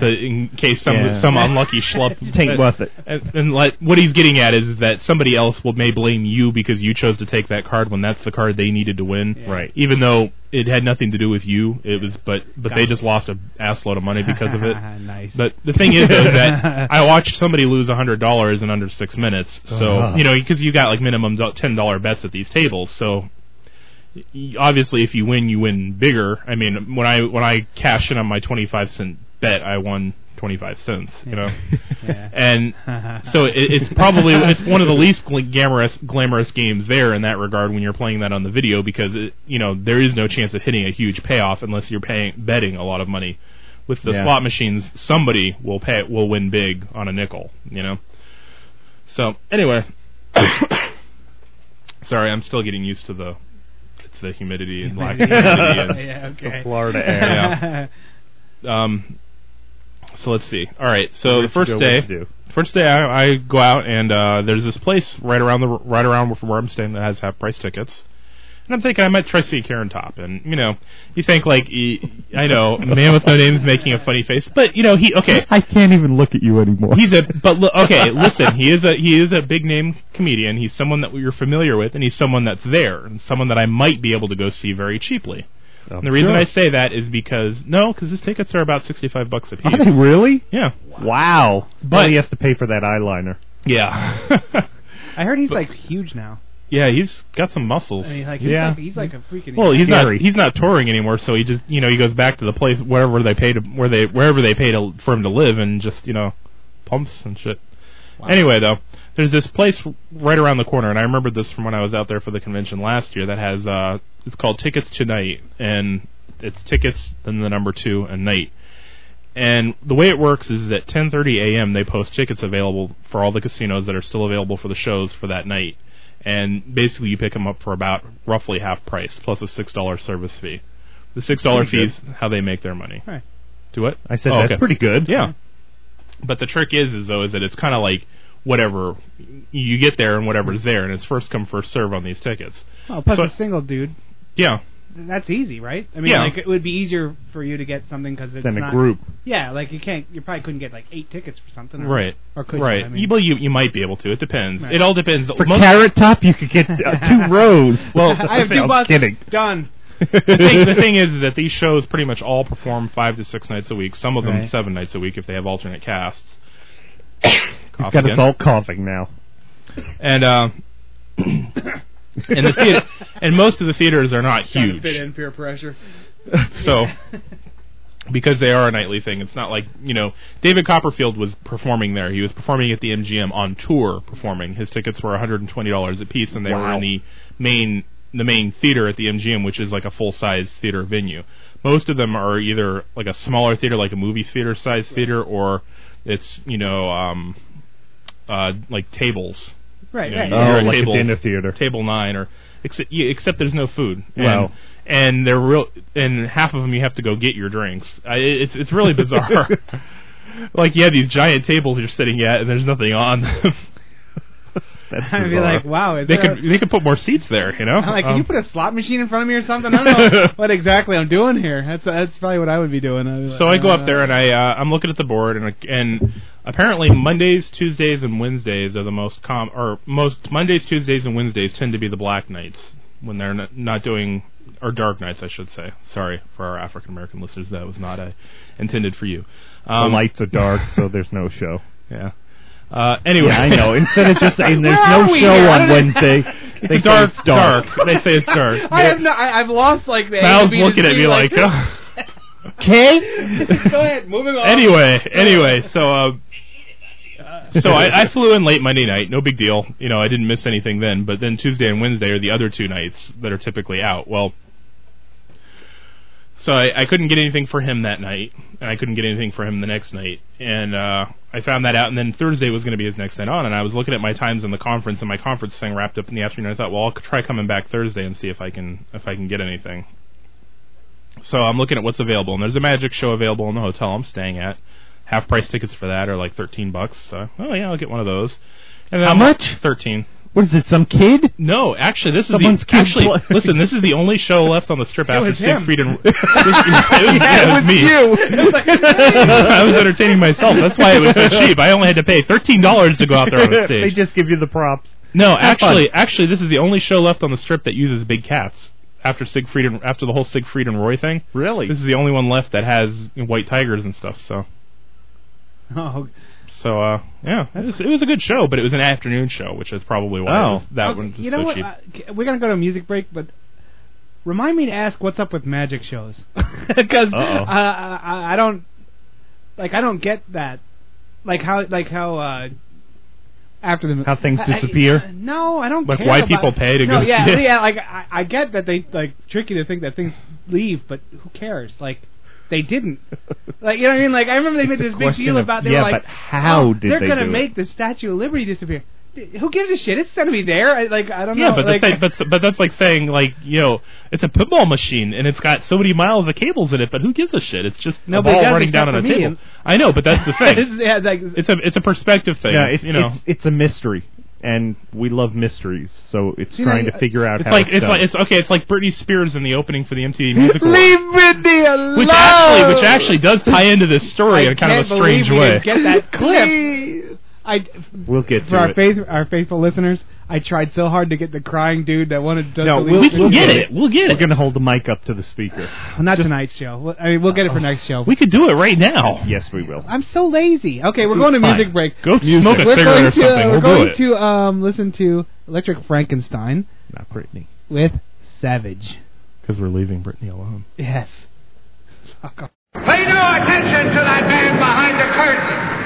[SPEAKER 9] So in case some
[SPEAKER 5] Yeah.
[SPEAKER 9] some unlucky schlup
[SPEAKER 5] Ain't worth it.
[SPEAKER 9] And, and like what he's getting at is that somebody else will may blame you because you chose to take that card when that's the card they needed to win.
[SPEAKER 5] Right.
[SPEAKER 9] Even though it had nothing to do with you, it was but but they just lost a assload of money because of it.
[SPEAKER 8] Ah, nice.
[SPEAKER 9] But the thing is, though, is that I watched somebody lose a hundred dollars in under six minutes. So
[SPEAKER 5] Uh-huh.
[SPEAKER 9] you know, because you got like minimum do- ten dollar bets at these tables. So y- obviously, if you win, you win bigger. I mean, when I when I cashed in on my twenty five cent bet, I won twenty five cents. You know, and so it, it's probably it's one of the least gl- glamorous glamorous games there in that regard when you're playing that on the video because it, you know there is no chance of hitting a huge payoff unless you're paying betting a lot of money. With the
[SPEAKER 5] Yeah.
[SPEAKER 9] slot machines, somebody will pay will win big on a nickel, you know. So anyway, sorry, I'm still getting used to the to the humidity and lack of humidity and
[SPEAKER 8] yeah, okay.
[SPEAKER 5] Florida air.
[SPEAKER 9] yeah. Um, so let's see. All right. So the first
[SPEAKER 5] Joe,
[SPEAKER 9] day,
[SPEAKER 5] what to do.
[SPEAKER 9] first day, I, I go out and uh, there's this place right around the right around from where I'm staying that has half price tickets. And I'm thinking I might try to see Karen Top, and you know, you think like e- I know, man with no name is making a funny face, but you know he okay,
[SPEAKER 5] I can't even look at you anymore.
[SPEAKER 9] he's a but look, okay, listen, he is a he is a big name comedian. He's someone that we're familiar with, and he's someone that's there, and someone that I might be able to go see very cheaply.
[SPEAKER 5] Oh,
[SPEAKER 9] And the reason I say that is because no, because his tickets are about sixty-five bucks a piece.
[SPEAKER 5] Are they really?
[SPEAKER 9] yeah,
[SPEAKER 5] Wow.
[SPEAKER 9] But-
[SPEAKER 5] But he has to pay for that eyeliner.
[SPEAKER 9] yeah,
[SPEAKER 8] I heard he's like huge now.
[SPEAKER 9] yeah. He's got some muscles.
[SPEAKER 8] I mean, like he's,
[SPEAKER 5] Yeah.
[SPEAKER 8] like, he's like a freaking.
[SPEAKER 9] well, he's
[SPEAKER 5] scary.
[SPEAKER 9] not he's not touring anymore, so he just you know he goes back to the place wherever they pay to where they wherever they pay to for him to live and just you know pumps and shit. Anyway, though, there's this place right around the corner, and I remember this from when I was out there for the convention last year. That has uh, it's called Tickets to Night, and it's tickets then the number two and night. And the way it works is at 10:30 a.m. they post tickets available for all the casinos that are still available for the shows for that night, and basically you pick them up for about roughly half price plus a six dollar service fee. The six dollar
[SPEAKER 5] Pretty good.
[SPEAKER 9] fees how they make their money.
[SPEAKER 8] Right.
[SPEAKER 9] Do what?
[SPEAKER 5] I said
[SPEAKER 9] Oh,
[SPEAKER 5] that's
[SPEAKER 9] okay.
[SPEAKER 5] pretty good.
[SPEAKER 9] Yeah. But the trick is, is though, is that it's kind of like whatever you get there and whatever's there, and it's first come first serve on these tickets.
[SPEAKER 8] oh, plus
[SPEAKER 9] so-
[SPEAKER 8] a single dude.
[SPEAKER 9] Yeah,
[SPEAKER 8] That's easy, right? I mean,
[SPEAKER 9] Yeah.
[SPEAKER 8] like it would be easier for you to get something because it's
[SPEAKER 5] Than a
[SPEAKER 8] not-
[SPEAKER 5] group.
[SPEAKER 8] Yeah, like you can't. You probably couldn't get like eight tickets for something. Or,
[SPEAKER 9] right,
[SPEAKER 8] Or could
[SPEAKER 9] right.
[SPEAKER 8] You, I
[SPEAKER 9] You-
[SPEAKER 8] mean,
[SPEAKER 9] well, you you might be able to. It depends.
[SPEAKER 8] Right.
[SPEAKER 9] It all depends.
[SPEAKER 5] For
[SPEAKER 9] Most-
[SPEAKER 5] Carrot Top, you could get uh, two rows.
[SPEAKER 9] Well,
[SPEAKER 8] I have
[SPEAKER 5] No,
[SPEAKER 8] 2
[SPEAKER 5] I'm
[SPEAKER 8] bucks.
[SPEAKER 5] kidding.
[SPEAKER 8] Done.
[SPEAKER 9] the, thing, the thing is that these shows pretty much all perform five to six nights a week. Some of them
[SPEAKER 8] Right.
[SPEAKER 9] seven nights a week if they have alternate casts.
[SPEAKER 5] He's
[SPEAKER 9] Cough
[SPEAKER 5] got us
[SPEAKER 9] again.
[SPEAKER 5] all coughing now.
[SPEAKER 9] and uh, and the theater, and most of the theaters are not
[SPEAKER 8] Trying To
[SPEAKER 9] huge.
[SPEAKER 8] fit in peer pressure.
[SPEAKER 9] So, because they are a nightly thing, it's not like you know David Copperfield was performing there. He was performing at the MGM on tour, performing. His tickets were one hundred and twenty dollars a piece, and they were
[SPEAKER 5] Wow.
[SPEAKER 9] in the main the main theater at the MGM, which is like a full size theater venue. Most of them are either like a smaller theater, like a movie theater size theater, or it's you know um, uh, like tables,
[SPEAKER 8] Right.
[SPEAKER 9] Yeah,
[SPEAKER 8] Right.
[SPEAKER 9] you- You're
[SPEAKER 5] oh,
[SPEAKER 9] a
[SPEAKER 5] like
[SPEAKER 9] table-
[SPEAKER 5] a dinner theater.
[SPEAKER 9] table nine or except yeah, except there's no food. And,
[SPEAKER 5] Wow.
[SPEAKER 9] and they're real and half of them you have to go get your drinks. I, it's it's really bizarre. like you have these giant tables you're sitting at and there's nothing on them.
[SPEAKER 5] That's
[SPEAKER 8] I'd be
[SPEAKER 5] bizarre.
[SPEAKER 8] like, wow. Is
[SPEAKER 9] they
[SPEAKER 8] there
[SPEAKER 9] could they could put more seats there, you know?
[SPEAKER 8] I'm like, can
[SPEAKER 9] Um,
[SPEAKER 8] you put a slot machine in front of me or something? I don't know what exactly I'm doing here. That's that's probably what I would be doing. I'd be like,
[SPEAKER 9] so I go
[SPEAKER 8] uh,
[SPEAKER 9] up there and I uh, I'm looking at the board and and apparently Mondays, Tuesdays, and Wednesdays are the most com or most Mondays, Tuesdays, and Wednesdays tend to be the black nights when they're not, not doing or dark nights I should say. Sorry for our African American listeners, that was not a, intended for you.
[SPEAKER 5] the
[SPEAKER 9] Um,
[SPEAKER 5] lights are dark, so there's no show.
[SPEAKER 9] yeah. Uh, anyway,
[SPEAKER 5] Yeah, I know. Instead of just saying there's
[SPEAKER 8] Where
[SPEAKER 5] no
[SPEAKER 8] are we
[SPEAKER 5] show
[SPEAKER 8] here?
[SPEAKER 5] on Wednesday, they
[SPEAKER 9] it's
[SPEAKER 5] say
[SPEAKER 9] dark,
[SPEAKER 5] it's dark.
[SPEAKER 9] They say it's dark.
[SPEAKER 8] I have no. I, I've lost like the.
[SPEAKER 9] Val's
[SPEAKER 8] A to B to
[SPEAKER 9] looking at
[SPEAKER 8] Z,
[SPEAKER 9] me like,
[SPEAKER 5] Okay.
[SPEAKER 8] go ahead, moving on.
[SPEAKER 9] anyway, anyway, so uh, so I, I flew in late Monday night, no big deal. You know, I didn't miss anything then. But then Tuesday and Wednesday are the other two nights that are typically out. Well, so I, I couldn't get anything for him that night, and I couldn't get anything for him the next night. And uh, I found that out, and then Thursday was going to be his next night on, and I was looking at my times in the conference, and my conference thing wrapped up in the afternoon. I thought, well, I'll try coming back Thursday and see if I can if I can get anything. So I'm looking at what's available, and there's a magic show available in the hotel I'm staying at. Half price tickets for that are like 13 bucks. So, oh yeah, I'll get one of those. And then
[SPEAKER 5] How
[SPEAKER 9] I'm-
[SPEAKER 5] much?
[SPEAKER 9] 13.
[SPEAKER 5] What is it? Some kid?
[SPEAKER 9] No, actually, this
[SPEAKER 5] Someone's
[SPEAKER 9] is the
[SPEAKER 5] kid
[SPEAKER 9] actually
[SPEAKER 5] play-
[SPEAKER 9] listen. This is the only show left on the strip after
[SPEAKER 8] was him.
[SPEAKER 9] Siegfried and it was, yeah, it was me. I was entertaining myself. That's why it was so cheap. I only had to pay thirteen dollars to go out there on the
[SPEAKER 5] they
[SPEAKER 9] stage.
[SPEAKER 5] just give you the props.
[SPEAKER 9] no,
[SPEAKER 5] fun.
[SPEAKER 9] actually, actually, this is the only show left on the strip that uses big cats. After Siegfried and after the whole Siegfried and Roy thing,
[SPEAKER 5] Really?
[SPEAKER 9] this is the only one left that has white tigers and stuff. So,
[SPEAKER 8] Oh,
[SPEAKER 9] so uh, yeah, it was, it was a good show, but it was an afternoon show, which is probably why it
[SPEAKER 5] Oh.
[SPEAKER 9] was- that
[SPEAKER 8] okay,
[SPEAKER 9] one was
[SPEAKER 8] you
[SPEAKER 9] so
[SPEAKER 8] know what?
[SPEAKER 9] cheap.
[SPEAKER 8] Uh, c- we're gonna go to a music break, but remind me to ask what's up with magic shows because uh,
[SPEAKER 5] Uh-oh.
[SPEAKER 8] I, I- I don't like I don't get that like how like how uh, after the
[SPEAKER 5] How things
[SPEAKER 8] I- I-
[SPEAKER 5] disappear?
[SPEAKER 8] no, I don't
[SPEAKER 9] Like
[SPEAKER 8] care
[SPEAKER 9] why
[SPEAKER 8] about-
[SPEAKER 9] people pay to
[SPEAKER 8] no,
[SPEAKER 9] go see
[SPEAKER 8] Yeah,
[SPEAKER 9] it.
[SPEAKER 8] yeah. Like I, I get that they like trick you to think that things leave, but who cares? Like. They didn't, like you know what I mean. Like I remember they
[SPEAKER 5] It's a
[SPEAKER 8] made this big
[SPEAKER 5] question
[SPEAKER 8] deal
[SPEAKER 5] of-
[SPEAKER 8] about they
[SPEAKER 5] yeah,
[SPEAKER 8] were like,
[SPEAKER 5] but how
[SPEAKER 8] oh,
[SPEAKER 5] did
[SPEAKER 8] they're
[SPEAKER 5] they
[SPEAKER 8] gonna
[SPEAKER 5] do it?
[SPEAKER 8] make the Statue of Liberty disappear? Who gives a shit? It's gonna be there. I, like I don't
[SPEAKER 9] Yeah,
[SPEAKER 8] know.
[SPEAKER 9] but
[SPEAKER 8] like,
[SPEAKER 9] that's like, but but that's like saying like you know it's a pinball machine and it's got so many miles of cables in it, but who gives a shit? It's just a
[SPEAKER 8] Nobody
[SPEAKER 9] ball
[SPEAKER 8] does
[SPEAKER 9] running
[SPEAKER 8] except
[SPEAKER 9] down on a
[SPEAKER 8] for me.
[SPEAKER 9] table. I know, but that's the
[SPEAKER 8] It's-
[SPEAKER 9] thing.
[SPEAKER 8] yeah, like,
[SPEAKER 9] It's a it's a perspective thing.
[SPEAKER 5] Yeah,
[SPEAKER 9] it's,
[SPEAKER 5] it's,
[SPEAKER 9] you know,
[SPEAKER 5] it's it's a mystery, and we love mysteries, so it's
[SPEAKER 8] know,
[SPEAKER 5] trying
[SPEAKER 8] uh,
[SPEAKER 5] to figure out
[SPEAKER 9] it's
[SPEAKER 5] how
[SPEAKER 9] like
[SPEAKER 5] it's,
[SPEAKER 9] it's
[SPEAKER 5] done.
[SPEAKER 9] like it's okay. It's like Britney Spears in the opening for the MTV Music Awards,
[SPEAKER 8] leave Britney alone.
[SPEAKER 9] which actually which actually does tie into this
[SPEAKER 8] I
[SPEAKER 9] story in kind
[SPEAKER 8] can't
[SPEAKER 9] of a strange
[SPEAKER 8] believe we
[SPEAKER 9] way.
[SPEAKER 8] didn't get that clip. I
[SPEAKER 5] we'll get
[SPEAKER 8] for
[SPEAKER 5] to
[SPEAKER 8] our
[SPEAKER 5] it.
[SPEAKER 8] faith our faithful listeners, I tried so hard to get the crying dude that wanted to.
[SPEAKER 5] No,
[SPEAKER 8] to
[SPEAKER 5] we'll-
[SPEAKER 9] we
[SPEAKER 8] leave.
[SPEAKER 9] can
[SPEAKER 5] we'll
[SPEAKER 9] get
[SPEAKER 5] get
[SPEAKER 9] it.
[SPEAKER 5] it.
[SPEAKER 9] We'll get
[SPEAKER 5] We're
[SPEAKER 9] it.
[SPEAKER 5] gonna hold the mic up to the speaker.
[SPEAKER 8] not tonight's show. We'll- I mean, we'll get it for next show.
[SPEAKER 9] we could do it right now.
[SPEAKER 5] Yes, we will.
[SPEAKER 8] I'm so lazy. Okay, we're going to
[SPEAKER 9] Fine.
[SPEAKER 8] music break.
[SPEAKER 9] Go smoke a
[SPEAKER 8] we're
[SPEAKER 9] cigarette
[SPEAKER 8] going
[SPEAKER 9] or
[SPEAKER 8] to,
[SPEAKER 9] something.
[SPEAKER 8] we're
[SPEAKER 9] we'll
[SPEAKER 8] going
[SPEAKER 9] do it.
[SPEAKER 8] to um, listen to Electric Frankenstein
[SPEAKER 5] Not Brittany,
[SPEAKER 8] with Savage.
[SPEAKER 9] because we're leaving Britney alone.
[SPEAKER 8] Yes. Fuck off.
[SPEAKER 6] Pay no attention to that man behind the curtain.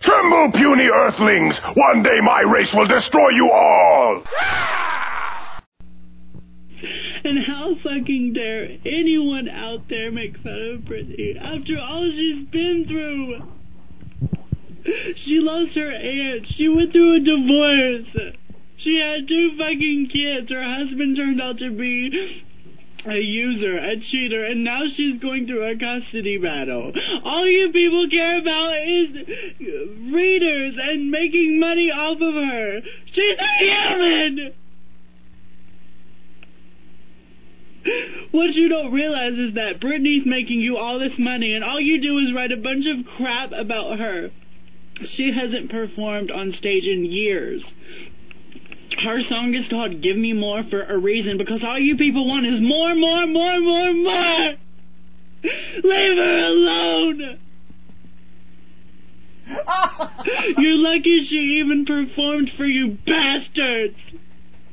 [SPEAKER 7] Tremble, puny earthlings! One day my race will destroy you all!
[SPEAKER 10] And how fucking dare anyone out there make fun of Britney after all she's been through? She lost her aunt. She went through a divorce. She had two fucking kids. Her husband turned out to be a user, a cheater, and now she's going through a custody battle. All you people care about is readers and making money off of her. She's a human! What you don't realize is that Britney's making you all this money, and all you do is write a bunch of crap about her. She hasn't performed on stage in years. Her song is called Give Me More for a reason because all you people want is more, more, more, more, more! Leave her alone! You're lucky she even performed for you bastards!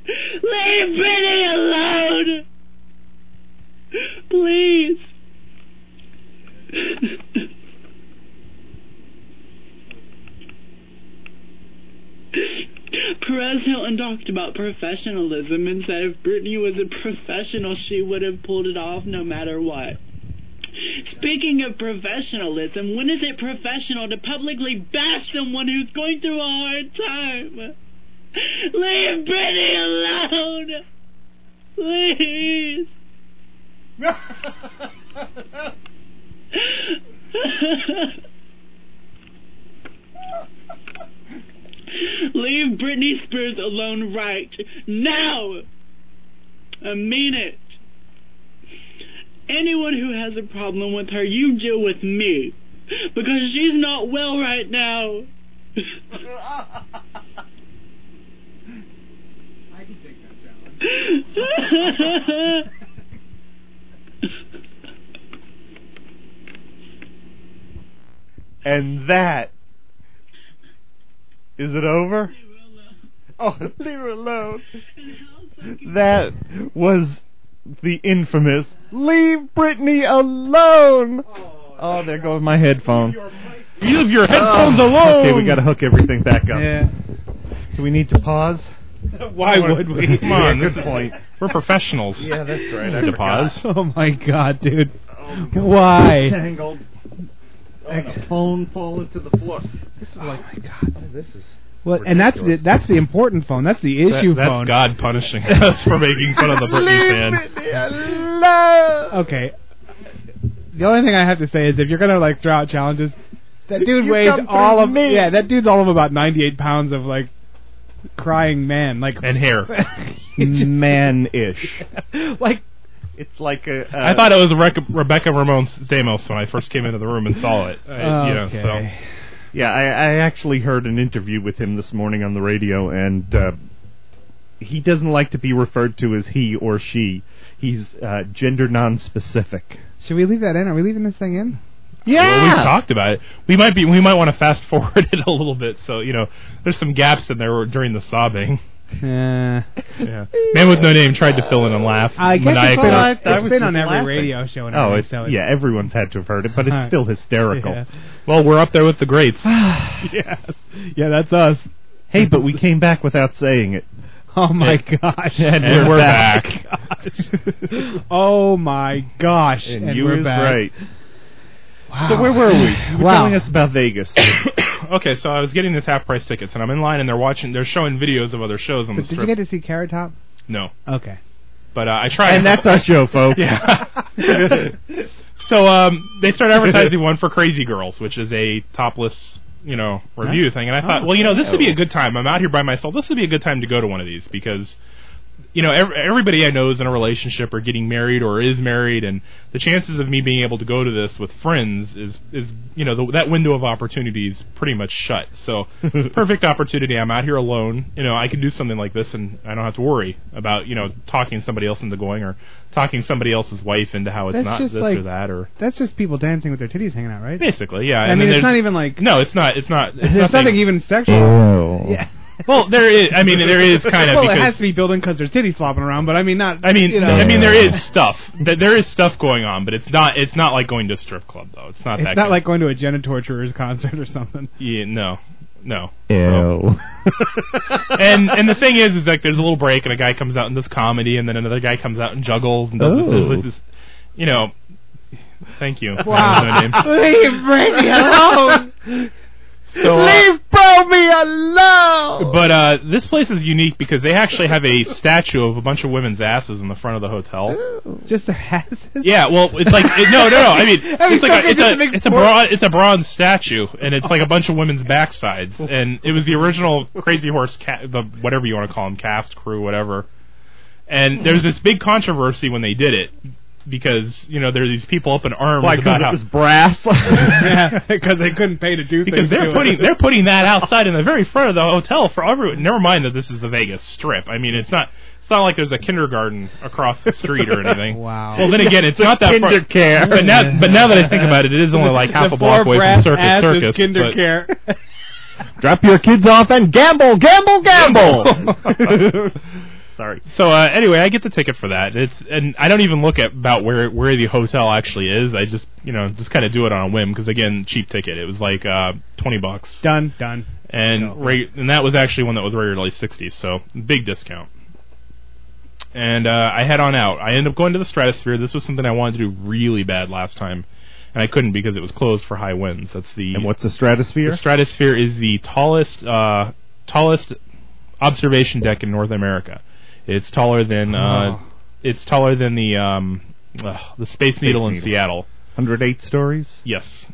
[SPEAKER 10] Leave Britney alone! Please. Perez Hilton talked about professionalism and said if Britney was a professional, she would have pulled it off no matter what. Speaking of professionalism, when is it professional to publicly bash someone who's going through a hard time? Leave Britney alone! Please! Leave Britney Spears alone right now! I mean it. Anyone who has a problem with her, you deal with me. Because she's not well right now.
[SPEAKER 8] I can take that challenge.
[SPEAKER 5] And that is it over? Oh, leave her alone. That was the infamous "Leave Britney Alone." Oh, there goes my headphone. Leave your
[SPEAKER 9] headphones alone!
[SPEAKER 5] Okay, we got to hook everything back up.
[SPEAKER 8] Yeah.
[SPEAKER 5] Do we need to pause?
[SPEAKER 9] Why would we?
[SPEAKER 5] Come on,
[SPEAKER 9] this
[SPEAKER 5] good
[SPEAKER 9] is-
[SPEAKER 5] point.
[SPEAKER 9] We're professionals.
[SPEAKER 5] Yeah, that's right.
[SPEAKER 9] The pause.
[SPEAKER 8] Oh my god, dude.
[SPEAKER 5] Oh,
[SPEAKER 8] Why?
[SPEAKER 5] Tangled. the phone falling to the floor. This is like, oh my god, this is.
[SPEAKER 8] Well, and that's the that's the important phone. That's the
[SPEAKER 9] That-
[SPEAKER 8] issue
[SPEAKER 9] that's
[SPEAKER 8] phone.
[SPEAKER 9] God punishing us for making fun of the Britney fan.
[SPEAKER 8] Okay. The only thing I have to say is if you're gonna like throw out challenges, that dude weighs all of yeah, that dude's all of about 98 pounds of like crying man, like
[SPEAKER 9] And hair.
[SPEAKER 5] man-ish. like it's like a. uh,
[SPEAKER 9] I thought it was Rec- Rebecca Ramon Stamos when I first came into the room and saw it. I, uh, you know, so-
[SPEAKER 8] Okay.
[SPEAKER 5] Yeah, I, I actually heard an interview with him this morning on the radio, and uh, he doesn't like to be referred to as he or she. He's uh, gender non-specific.
[SPEAKER 8] Should we leave that in? Are we leaving this thing in?
[SPEAKER 9] Well, we've talked about it. We might be. We might want to fast forward it a little bit. So you know, there's some gaps in there during the sobbing.
[SPEAKER 8] Uh,
[SPEAKER 9] Yeah. Man with no name tried to fill in and laugh.
[SPEAKER 8] I guess it's,
[SPEAKER 9] maniacally.
[SPEAKER 8] been on,
[SPEAKER 5] I- I
[SPEAKER 8] it's
[SPEAKER 5] was
[SPEAKER 8] been
[SPEAKER 5] just
[SPEAKER 8] on every
[SPEAKER 5] laughing.
[SPEAKER 8] radio show. And
[SPEAKER 5] oh,
[SPEAKER 8] everything,
[SPEAKER 5] it's,
[SPEAKER 8] so
[SPEAKER 5] yeah, everyone's had to have heard it, but it's
[SPEAKER 8] Alright.
[SPEAKER 5] still hysterical.
[SPEAKER 8] Yeah.
[SPEAKER 9] Uh-huh. Well, we're up there with the greats.
[SPEAKER 8] yeah, yeah, that's us.
[SPEAKER 5] Hey, but we came back without saying it.
[SPEAKER 8] Oh my
[SPEAKER 5] And-
[SPEAKER 8] gosh,
[SPEAKER 5] and we're back.
[SPEAKER 8] oh my gosh,
[SPEAKER 5] And, you
[SPEAKER 8] we're
[SPEAKER 5] is
[SPEAKER 8] back.
[SPEAKER 5] right. So where were we? You were
[SPEAKER 8] Wow.
[SPEAKER 5] telling us about Vegas.
[SPEAKER 9] okay, so I was getting this half price tickets, and I'm in line, and they're watching. They're showing videos of other shows on
[SPEAKER 8] So
[SPEAKER 9] the
[SPEAKER 8] did
[SPEAKER 9] strip.
[SPEAKER 8] you get to see Carrot Top?
[SPEAKER 9] no,
[SPEAKER 8] Okay.
[SPEAKER 9] but uh, I tried.
[SPEAKER 5] and that's our show, folks.
[SPEAKER 9] yeah. so um, they start advertising one for Crazy Girls, which is a topless, you know, review thing. And
[SPEAKER 8] Oh,
[SPEAKER 9] I thought, well, you know, this would be a good time. I'm out here by myself. This would be a good time to go to one of these because, you know, ev- everybody I know is in a relationship or getting married or is married, and the chances of me being able to go to this with friends is is you know the, that window of opportunity is pretty much shut. So perfect opportunity. I'm out here alone. You know, I can do something like this, and I don't have to worry about you know talking somebody else into going or talking somebody else's wife into how it's
[SPEAKER 8] That's
[SPEAKER 9] not
[SPEAKER 8] just
[SPEAKER 9] this
[SPEAKER 8] like-
[SPEAKER 9] or that or
[SPEAKER 8] That's just people dancing with their titties hanging out, right?
[SPEAKER 9] basically yeah.
[SPEAKER 8] I
[SPEAKER 9] and then
[SPEAKER 8] mean, it's
[SPEAKER 9] there's-
[SPEAKER 8] not even like
[SPEAKER 9] No, it's not. It's not. It's
[SPEAKER 8] there's nothing even sexual. Yeah.
[SPEAKER 9] Well, there is. I mean, there is kind of
[SPEAKER 8] well,
[SPEAKER 9] because
[SPEAKER 8] it has to be building because there's titties flopping around, but I mean not.
[SPEAKER 9] I mean,
[SPEAKER 8] you know,
[SPEAKER 9] I mean, there is stuff. Th- There is stuff going on, but it's not. It's not like going to a strip club, though. It's not
[SPEAKER 8] It's
[SPEAKER 9] that.
[SPEAKER 8] not
[SPEAKER 9] good.
[SPEAKER 8] like going to a genitorturer's concert or something.
[SPEAKER 9] Yeah, no, no.
[SPEAKER 5] Ew.
[SPEAKER 9] And and the thing is, is like there's a little break, and a guy comes out and does comedy, and then another guy comes out and juggles and does
[SPEAKER 5] Oh.
[SPEAKER 9] this, this, this. You know. Thank you.
[SPEAKER 8] Wow.
[SPEAKER 9] No name.
[SPEAKER 8] Leave Britney alone.
[SPEAKER 9] So, uh,
[SPEAKER 8] bro me alone.
[SPEAKER 9] But uh, this place is unique because they actually have a statue of a bunch of women's asses in the front of the hotel.
[SPEAKER 8] Just their asses.
[SPEAKER 9] Yeah, well, it's like it, no, no, no. I mean,
[SPEAKER 8] I mean,
[SPEAKER 9] it's like
[SPEAKER 8] something
[SPEAKER 9] a,
[SPEAKER 8] just
[SPEAKER 9] it's
[SPEAKER 8] to
[SPEAKER 9] a
[SPEAKER 8] make
[SPEAKER 9] it's a
[SPEAKER 8] porn.
[SPEAKER 9] bronze it's a bronze statue, and it's like a bunch of women's backsides, and it was the original Crazy Horse, ca- the whatever you want to call them, cast crew, whatever. And there's this big controversy when they did it because you know there are these people up in arms
[SPEAKER 5] Why, 'cause
[SPEAKER 9] about
[SPEAKER 5] it
[SPEAKER 9] how
[SPEAKER 5] was brass?
[SPEAKER 8] Yeah, because they couldn't pay to do things.
[SPEAKER 9] because
[SPEAKER 8] to
[SPEAKER 9] they're
[SPEAKER 8] it.
[SPEAKER 9] putting they're putting that outside in the very front of the hotel for everyone. Never mind that this is the Vegas Strip. I mean, it's not it's not like there's a kindergarten across the street or anything.
[SPEAKER 8] Wow.
[SPEAKER 9] Well, then again, it's not that far.
[SPEAKER 5] Kinder care.
[SPEAKER 9] But now, but now that I think about it, it is only like half
[SPEAKER 8] the
[SPEAKER 9] a block
[SPEAKER 8] four
[SPEAKER 9] away from
[SPEAKER 8] brass
[SPEAKER 9] Circus
[SPEAKER 8] asses
[SPEAKER 9] Circus.
[SPEAKER 8] Kinder
[SPEAKER 9] but-
[SPEAKER 8] Care.
[SPEAKER 5] Drop your kids off and gamble, gamble, gamble. Sorry.
[SPEAKER 9] So uh, anyway, I get the ticket for that. It's and I don't even look at about where where the hotel actually is. I just you know just kind of do it on a whim because again, cheap ticket. It was like uh, twenty bucks.
[SPEAKER 8] done, done.
[SPEAKER 9] and
[SPEAKER 8] No.
[SPEAKER 9] reg- and that was actually one that was regularly 60, so big discount. And uh, I head on out. I end up going to the Stratosphere. This was something I wanted to do really bad last time, and I couldn't because it was closed for high winds. That's the
[SPEAKER 5] And what's a stratosphere?
[SPEAKER 9] the Stratosphere is the tallest uh, tallest observation deck in North America. It's taller than uh,
[SPEAKER 8] Oh.
[SPEAKER 9] it's taller than the um, ugh, the Space Needle in
[SPEAKER 5] Needle.
[SPEAKER 9] Seattle.
[SPEAKER 5] 108 stories.
[SPEAKER 9] Yes.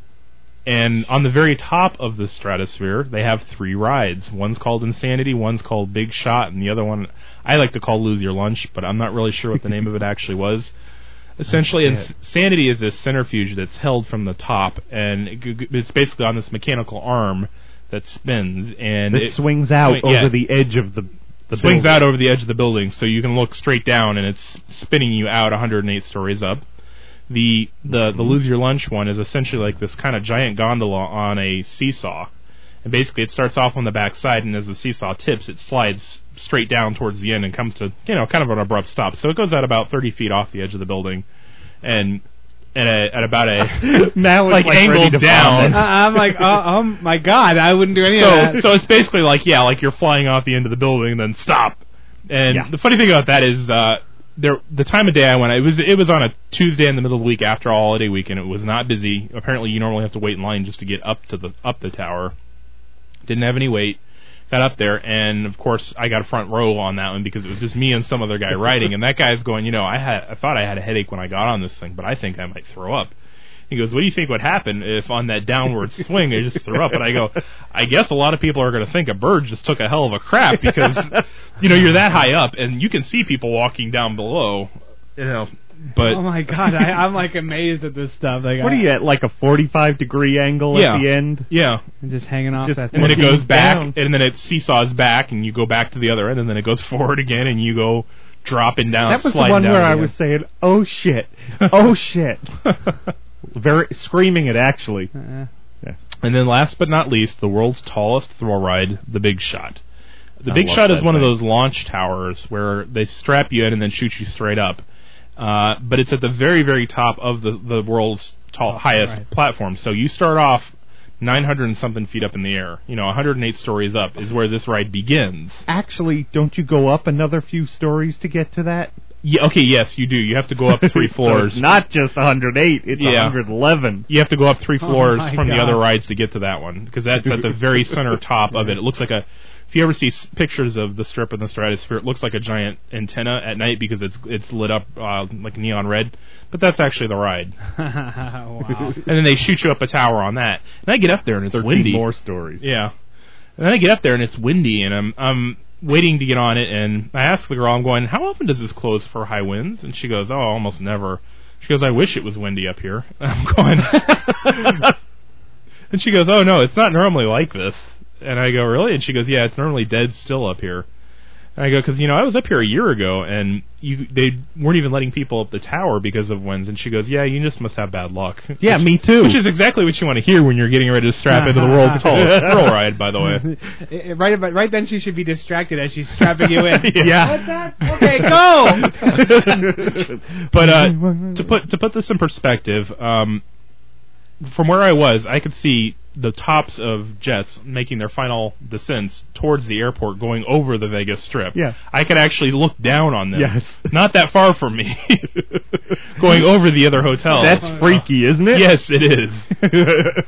[SPEAKER 9] And on the very top of the stratosphere, they have three rides. One's called Insanity, one's called Big Shot, and the other one I like to call Lose Your Lunch, but I'm not really sure what the name of it actually was. Essentially, Insanity is this centrifuge that's held from the top, and it g- g- it's basically on this mechanical arm that spins, and
[SPEAKER 5] That
[SPEAKER 9] it
[SPEAKER 5] swings out
[SPEAKER 9] swing- yeah.
[SPEAKER 5] over the edge of the. the
[SPEAKER 9] swings
[SPEAKER 5] building.
[SPEAKER 9] out over the edge of the building, so you can look straight down, and it's spinning you out 108 stories up. The the
[SPEAKER 5] Mm-hmm.
[SPEAKER 9] the lose your lunch one is essentially like this kind of giant gondola on a seesaw, and basically it starts off on the back side, and as the seesaw tips, it slides straight down towards the end and comes to you know kind of an abrupt stop. So it goes out about 30 feet off the edge of the building, and at, a, at about a
[SPEAKER 5] now
[SPEAKER 9] like,
[SPEAKER 5] it's
[SPEAKER 9] angled
[SPEAKER 5] ready to
[SPEAKER 9] down.
[SPEAKER 5] vomit.
[SPEAKER 8] I- I'm like, oh, oh my god, I wouldn't do any of
[SPEAKER 9] so
[SPEAKER 8] that.
[SPEAKER 9] so it's basically like yeah, like you're flying off the end of the building and then stop. And
[SPEAKER 5] Yeah.
[SPEAKER 9] the funny thing about that is uh there the time of day I went it was it was on a Tuesday in the middle of the week after a holiday weekend. It was not busy. Apparently you normally have to wait in line just to get up to the up the tower. Didn't have any wait. Got up there and of course I got a front row on that one because it was just me and some other guy riding and that guy's going, you know, I had I thought I had a headache when I got on this thing, but I think I might throw up. He goes, "What do you think would happen if on that downward swing they just threw up?" And I go, "I guess a lot of people are going to think a bird just took a hell of a crap because you know you're that high up and you can see people walking down below, you know." But
[SPEAKER 8] oh my god, I, I'm like amazed at this stuff. Like,
[SPEAKER 5] What are
[SPEAKER 8] I,
[SPEAKER 5] you at, like a 45 degree angle
[SPEAKER 9] Yeah.
[SPEAKER 5] at the end?
[SPEAKER 9] yeah,
[SPEAKER 8] I'm just hanging off
[SPEAKER 5] Just-
[SPEAKER 8] that.
[SPEAKER 9] and then
[SPEAKER 8] thing.
[SPEAKER 9] it goes back,
[SPEAKER 5] down.
[SPEAKER 9] and then it seesaws back, and you go back to the other end, and then it goes forward again, and you go dropping down.
[SPEAKER 5] That was the
[SPEAKER 9] sliding
[SPEAKER 5] one
[SPEAKER 9] down
[SPEAKER 5] where I
[SPEAKER 9] again.
[SPEAKER 5] was saying, "Oh shit, oh shit," very screaming it actually.
[SPEAKER 8] Uh,
[SPEAKER 9] And then last but not least, the world's tallest throw ride, the Big Shot. The
[SPEAKER 5] I
[SPEAKER 9] Big
[SPEAKER 5] love
[SPEAKER 9] Shot is
[SPEAKER 5] that
[SPEAKER 9] one of
[SPEAKER 5] thing.
[SPEAKER 9] those launch towers where they strap you in and then shoot you straight up. Uh, but it's at the very, very top of the, the world's tall, highest
[SPEAKER 8] right.
[SPEAKER 9] platform. So you start off 900 and something feet up in the air. You know, 108 stories up is where this ride begins.
[SPEAKER 5] Actually, don't you go up another few stories to get to that?
[SPEAKER 9] Yeah, okay, yes, you do. You have to go up three
[SPEAKER 5] So
[SPEAKER 9] floors.
[SPEAKER 5] it's not just 108; it's
[SPEAKER 9] Yeah.
[SPEAKER 5] 111.
[SPEAKER 9] you have to go up three
[SPEAKER 8] Oh
[SPEAKER 9] floors
[SPEAKER 8] my
[SPEAKER 9] from the
[SPEAKER 8] God.
[SPEAKER 9] other rides to get to that one because that's at the very center top of it. It looks like a. If you ever see s- pictures of the strip and the stratosphere, it looks like a giant antenna at night because it's it's lit up uh, like neon red. But that's actually the ride.
[SPEAKER 8] wow.
[SPEAKER 9] And then they shoot you up a tower on that. And I get up there and it's
[SPEAKER 5] 13
[SPEAKER 9] windy.
[SPEAKER 5] more stories.
[SPEAKER 9] Yeah. And then I get up there and it's windy and I'm I'm waiting to get on it and I ask the girl I'm going how often does this close for high winds and she goes oh almost never. She goes I wish it was windy up here. I'm going. and she goes oh no it's not normally like this. And I go really and she goes yeah it's normally dead still up here. And I go because you know I was up here a year ago and you they weren't even letting people up the tower because of winds and she goes yeah you just must have bad luck.
[SPEAKER 5] Yeah, me too.
[SPEAKER 9] Which is exactly what you want to hear when you're getting ready to strap into the world's tallest thrill ride, by the way.
[SPEAKER 8] Eh, eh, right, about, right then she should be distracted as she's strapping you in.
[SPEAKER 9] yeah.
[SPEAKER 8] Okay, go.
[SPEAKER 9] but uh, to put to put this in perspective, um, from where I was, I could see the tops of jets making their final descents towards the airport, going over the Vegas Strip.
[SPEAKER 5] Yeah.
[SPEAKER 9] I could actually look down on them.
[SPEAKER 5] Yes.
[SPEAKER 9] not that far from me, going over the other hotel.
[SPEAKER 5] That's freaky, isn't it?
[SPEAKER 9] yes, it is.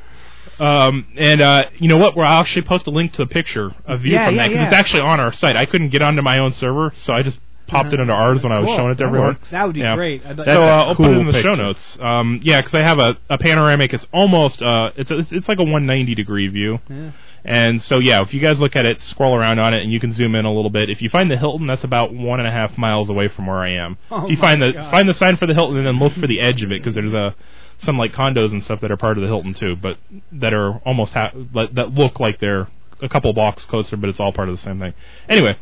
[SPEAKER 9] Um, and uh, you know what? Well, I'll actually post a link to the picture of you
[SPEAKER 8] Yeah,
[SPEAKER 9] from
[SPEAKER 8] yeah,
[SPEAKER 9] that 'cause
[SPEAKER 8] yeah.
[SPEAKER 9] it's actually on our site. I couldn't get onto my own server, so I just popped it into ours when I was
[SPEAKER 8] Cool.
[SPEAKER 9] showing it to
[SPEAKER 8] That
[SPEAKER 9] everyone.
[SPEAKER 8] works. That would be
[SPEAKER 9] Yeah.
[SPEAKER 8] great. I'd like-
[SPEAKER 9] so uh,
[SPEAKER 8] That's a
[SPEAKER 9] I'll put it
[SPEAKER 8] cool
[SPEAKER 9] in the show
[SPEAKER 8] picture.
[SPEAKER 9] notes. Um, yeah, because I have a, a panoramic. It's almost uh, it's, it's it's like a 190 degree view.
[SPEAKER 8] Yeah.
[SPEAKER 9] And so yeah, if you guys look at it, scroll around on it, and you can zoom in a little bit. If you find the Hilton, that's about one and a half miles away from where I am.
[SPEAKER 8] Oh
[SPEAKER 9] if you
[SPEAKER 8] my
[SPEAKER 9] find the
[SPEAKER 8] God.
[SPEAKER 9] find the sign for the Hilton, and then look for the edge of it because there's a some like condos and stuff that are part of the Hilton too, but that are almost ha- that that look like they're a couple blocks closer, but it's all part of the same thing. Anyway,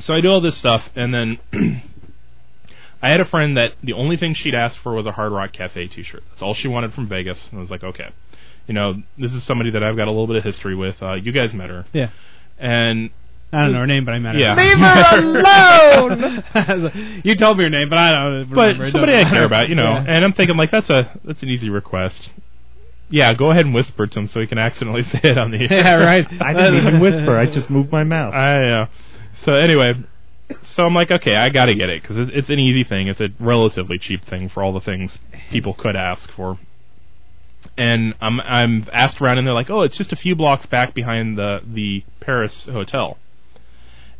[SPEAKER 9] so I do all this stuff, and then I had a friend that the only thing she'd asked for was a Hard Rock Cafe T-shirt. That's all she wanted from Vegas, and I was like, okay, you know, this is somebody that I've got a little bit of history with. Uh, you guys met her,
[SPEAKER 8] Yeah.
[SPEAKER 9] and
[SPEAKER 8] I don't know her name, but I met her.
[SPEAKER 9] Yeah.
[SPEAKER 8] alone. you told me her name, but I don't.
[SPEAKER 9] but
[SPEAKER 8] Remember. It
[SPEAKER 9] somebody I
[SPEAKER 8] doesn't
[SPEAKER 9] care
[SPEAKER 8] matter.
[SPEAKER 9] about, you know.
[SPEAKER 8] Yeah.
[SPEAKER 9] And I'm thinking like that's a that's an easy request. Yeah, go ahead and whisper to him so he can accidentally say it on the air.
[SPEAKER 8] Yeah, right.
[SPEAKER 5] I didn't even whisper. I just moved my mouth.
[SPEAKER 9] I uh, so anyway, so I'm like, okay, I gotta get it because it, it's an easy thing. It's a relatively cheap thing for all the things people could ask for. And I'm I'm asked around, and they're like, oh, it's just a few blocks back behind the the Paris hotel.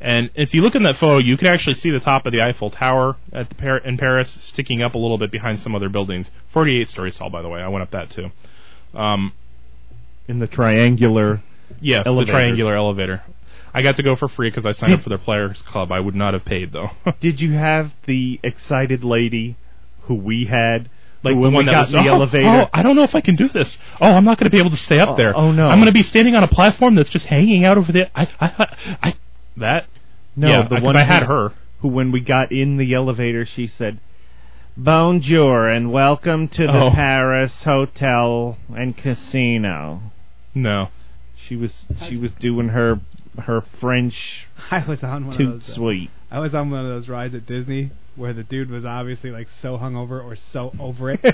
[SPEAKER 9] And if you look in that photo, you can actually see the top of the Eiffel Tower at the Par- in Paris sticking up a little bit behind some other buildings. 48 stories tall, by the way. I went up that too. Um,
[SPEAKER 5] In the triangular.
[SPEAKER 9] Yes,
[SPEAKER 5] Elevators.
[SPEAKER 9] the triangular elevator. I got to go for free because I signed up for their Players Club. I would not have paid though.
[SPEAKER 5] Did you have the excited lady who we had?
[SPEAKER 9] Like
[SPEAKER 5] who when
[SPEAKER 9] the one
[SPEAKER 5] we
[SPEAKER 9] that was,
[SPEAKER 5] got in the
[SPEAKER 9] "Oh,
[SPEAKER 5] elevator.
[SPEAKER 9] Oh, I don't know if I can do this. Oh, I'm not going to be able to stay up
[SPEAKER 5] Oh,
[SPEAKER 9] there.
[SPEAKER 5] oh, no.
[SPEAKER 9] I'm going to be standing on a platform that's just hanging out over there. I, I, I, I that.
[SPEAKER 5] no,
[SPEAKER 9] yeah,
[SPEAKER 5] the
[SPEAKER 9] 'cause
[SPEAKER 5] one
[SPEAKER 9] I had
[SPEAKER 5] who-
[SPEAKER 9] her.
[SPEAKER 5] Who, when we got in the elevator, she said, "Bonjour and welcome to the
[SPEAKER 9] Oh.
[SPEAKER 5] Paris Hotel and Casino."
[SPEAKER 9] No.
[SPEAKER 5] She was she was doing her her French
[SPEAKER 8] I was on one
[SPEAKER 5] toot
[SPEAKER 8] of those. uh,
[SPEAKER 5] sweet.
[SPEAKER 8] I was on one of those rides at Disney where the dude was obviously like so hungover or so over it. he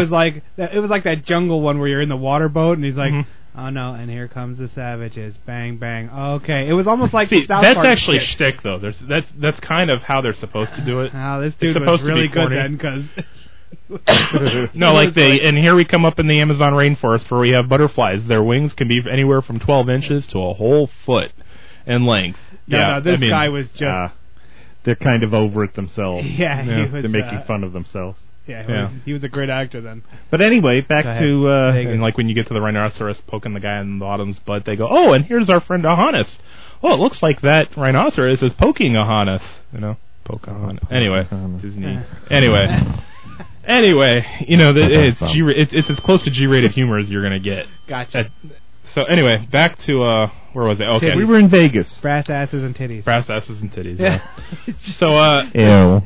[SPEAKER 8] was like it was like that jungle one where you're in the water boat and he's like,
[SPEAKER 9] Mhm.
[SPEAKER 8] "Oh no, and here comes the savages. Bang bang." Okay. It was almost like
[SPEAKER 9] See,
[SPEAKER 8] South
[SPEAKER 9] that's
[SPEAKER 8] Park
[SPEAKER 9] actually
[SPEAKER 8] skit.
[SPEAKER 9] shtick though. There's that's that's kind of how they're supposed to do it.
[SPEAKER 8] Oh, this dude was
[SPEAKER 9] supposed to be
[SPEAKER 8] really good
[SPEAKER 9] corny.
[SPEAKER 8] then cuz
[SPEAKER 9] no, like they, and here we come up in the Amazon rainforest where we have butterflies. Their wings can be anywhere from 12 inches to a whole foot in length.
[SPEAKER 8] No,
[SPEAKER 9] yeah,
[SPEAKER 8] no, this
[SPEAKER 9] I mean, uh,
[SPEAKER 8] guy was just
[SPEAKER 5] Ah, they're kind of over it themselves.
[SPEAKER 8] yeah,
[SPEAKER 9] yeah,
[SPEAKER 8] he was
[SPEAKER 5] they're making
[SPEAKER 8] uh,
[SPEAKER 5] fun of themselves.
[SPEAKER 8] Yeah, he,
[SPEAKER 9] Yeah.
[SPEAKER 8] Was, he was a great actor then.
[SPEAKER 5] But anyway, back
[SPEAKER 9] Go ahead.
[SPEAKER 5] to uh,
[SPEAKER 9] and like when you get to the rhinoceros poking the guy in the bottom's butt, they go, "Oh, and here's our friend Ahanus. Oh, it looks like that rhinoceros is poking Ahanus. You know, poke Ahanus. Anyway,
[SPEAKER 5] Pocahontas.
[SPEAKER 9] Disney. Anyway, anyway, you know, that it's G. It's, it's as close to G-rated humor as you're gonna get.
[SPEAKER 8] Gotcha.
[SPEAKER 9] At- so anyway, back to uh, where was I? Okay,
[SPEAKER 5] we were in Vegas.
[SPEAKER 8] Brass asses and titties.
[SPEAKER 9] brass asses and titties.
[SPEAKER 8] Yeah.
[SPEAKER 9] So uh,
[SPEAKER 5] Ew.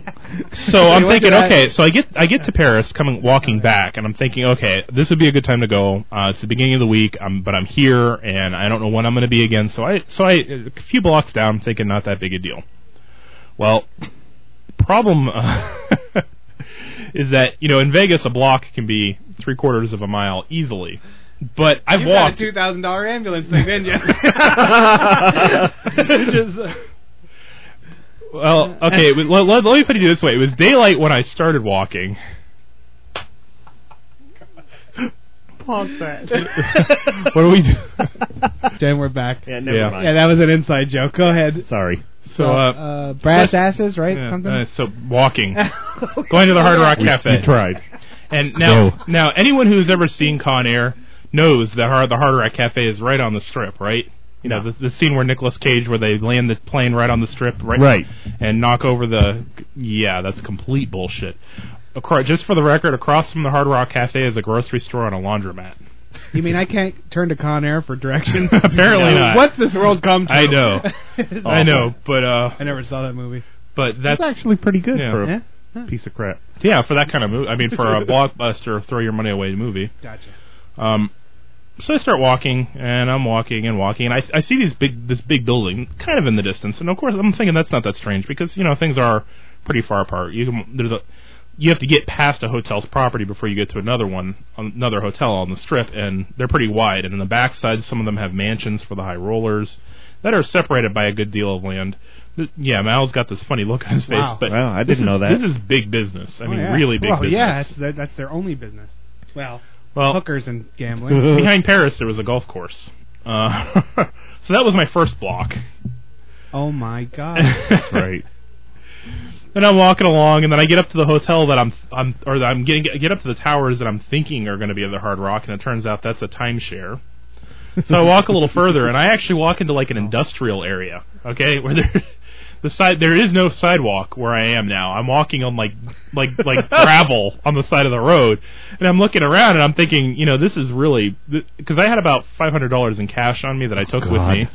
[SPEAKER 9] so
[SPEAKER 8] We
[SPEAKER 9] I'm
[SPEAKER 8] went to
[SPEAKER 9] thinking,
[SPEAKER 8] that-
[SPEAKER 9] okay, so I get I get to Paris, coming walking back, and I'm thinking, okay, this would be a good time to go. Uh, it's the beginning of the week, I'm, but I'm here, and I don't know when I'm going to be again. So I so I a few blocks down, I'm thinking not that big a deal. Well, problem uh, is that you know in Vegas a block can be three quarters of a mile easily, but I've
[SPEAKER 8] You got a
[SPEAKER 9] walked.
[SPEAKER 8] two thousand dollar ambulance thing, didn't you? Just, uh,
[SPEAKER 9] Well, okay, but let, let, let me put it this way: it was daylight when I started walking. What do we do?
[SPEAKER 8] Jen, we're back.
[SPEAKER 5] Yeah, never
[SPEAKER 9] Yeah.
[SPEAKER 5] mind.
[SPEAKER 8] Yeah, that was an inside
[SPEAKER 9] Oh,
[SPEAKER 8] joke. Go ahead.
[SPEAKER 5] Sorry.
[SPEAKER 9] So uh,
[SPEAKER 8] uh, brass
[SPEAKER 9] so-
[SPEAKER 8] asses, right?
[SPEAKER 9] yeah,
[SPEAKER 8] Something.
[SPEAKER 9] uh, so walking, going to the Hard Rock Cafe.
[SPEAKER 5] You tried.
[SPEAKER 9] And now,
[SPEAKER 5] No.
[SPEAKER 9] now anyone who's ever seen Con Air knows that Har- the Hard Rock Cafe is right on the strip, right? You know, the, the scene where Nicolas Cage, where they land the plane right on the strip, right?
[SPEAKER 5] Right.
[SPEAKER 9] And knock over the. Yeah, that's complete bullshit. Across, just for the record, across from the Hard Rock Cafe is a grocery store and a laundromat.
[SPEAKER 8] You mean I can't turn to Con Air for directions?
[SPEAKER 9] Apparently not.
[SPEAKER 8] What's this world come to?
[SPEAKER 9] I know. I know, but uh,
[SPEAKER 8] I never saw that movie.
[SPEAKER 9] but
[SPEAKER 5] That's
[SPEAKER 9] that's
[SPEAKER 5] actually pretty good
[SPEAKER 9] Yeah.
[SPEAKER 5] for a
[SPEAKER 8] Yeah?
[SPEAKER 5] piece of crap.
[SPEAKER 9] yeah for that kind of movie. I mean, for a blockbuster, throw your money away movie.
[SPEAKER 8] Gotcha.
[SPEAKER 9] Um, so I start walking, and I'm walking and walking, and I, I see these big this big building kind of in the distance, and of course I'm thinking that's not that strange because you know things are pretty far apart. You can, there's a you have to get past a hotel's property before you get to another one, another hotel on the strip, and they're pretty wide. And in the backside, some of them have mansions for the high rollers that are separated by a good deal of land. Th- Yeah, Mal's got this funny look on his face,
[SPEAKER 8] Wow.
[SPEAKER 9] but
[SPEAKER 5] Wow, I
[SPEAKER 9] this
[SPEAKER 5] didn't
[SPEAKER 9] is-
[SPEAKER 5] know that. Oh,
[SPEAKER 9] This is big business. Oh. I mean, really big
[SPEAKER 8] Oh, well,
[SPEAKER 9] business.
[SPEAKER 8] yeah, that's, that, that's their only business. Well,
[SPEAKER 9] Well,
[SPEAKER 8] hookers and gambling.
[SPEAKER 9] behind Paris, there was a golf course. Uh, so that was my first block.
[SPEAKER 8] Oh my god.
[SPEAKER 9] That's right. And I'm walking along, and then I get up to the hotel that I'm, I'm or that I'm getting get up to the towers that I'm thinking are going to be at the Hard Rock, and it turns out that's a timeshare. So I walk a little further, and I actually walk into like an industrial area. Okay, where there, the side there is no sidewalk where I am now. I'm walking on like like like gravel on the side of the road, and I'm looking around, and I'm thinking, you know, this is really because I had about five hundred dollars in cash on me that I took with
[SPEAKER 11] God.
[SPEAKER 9] me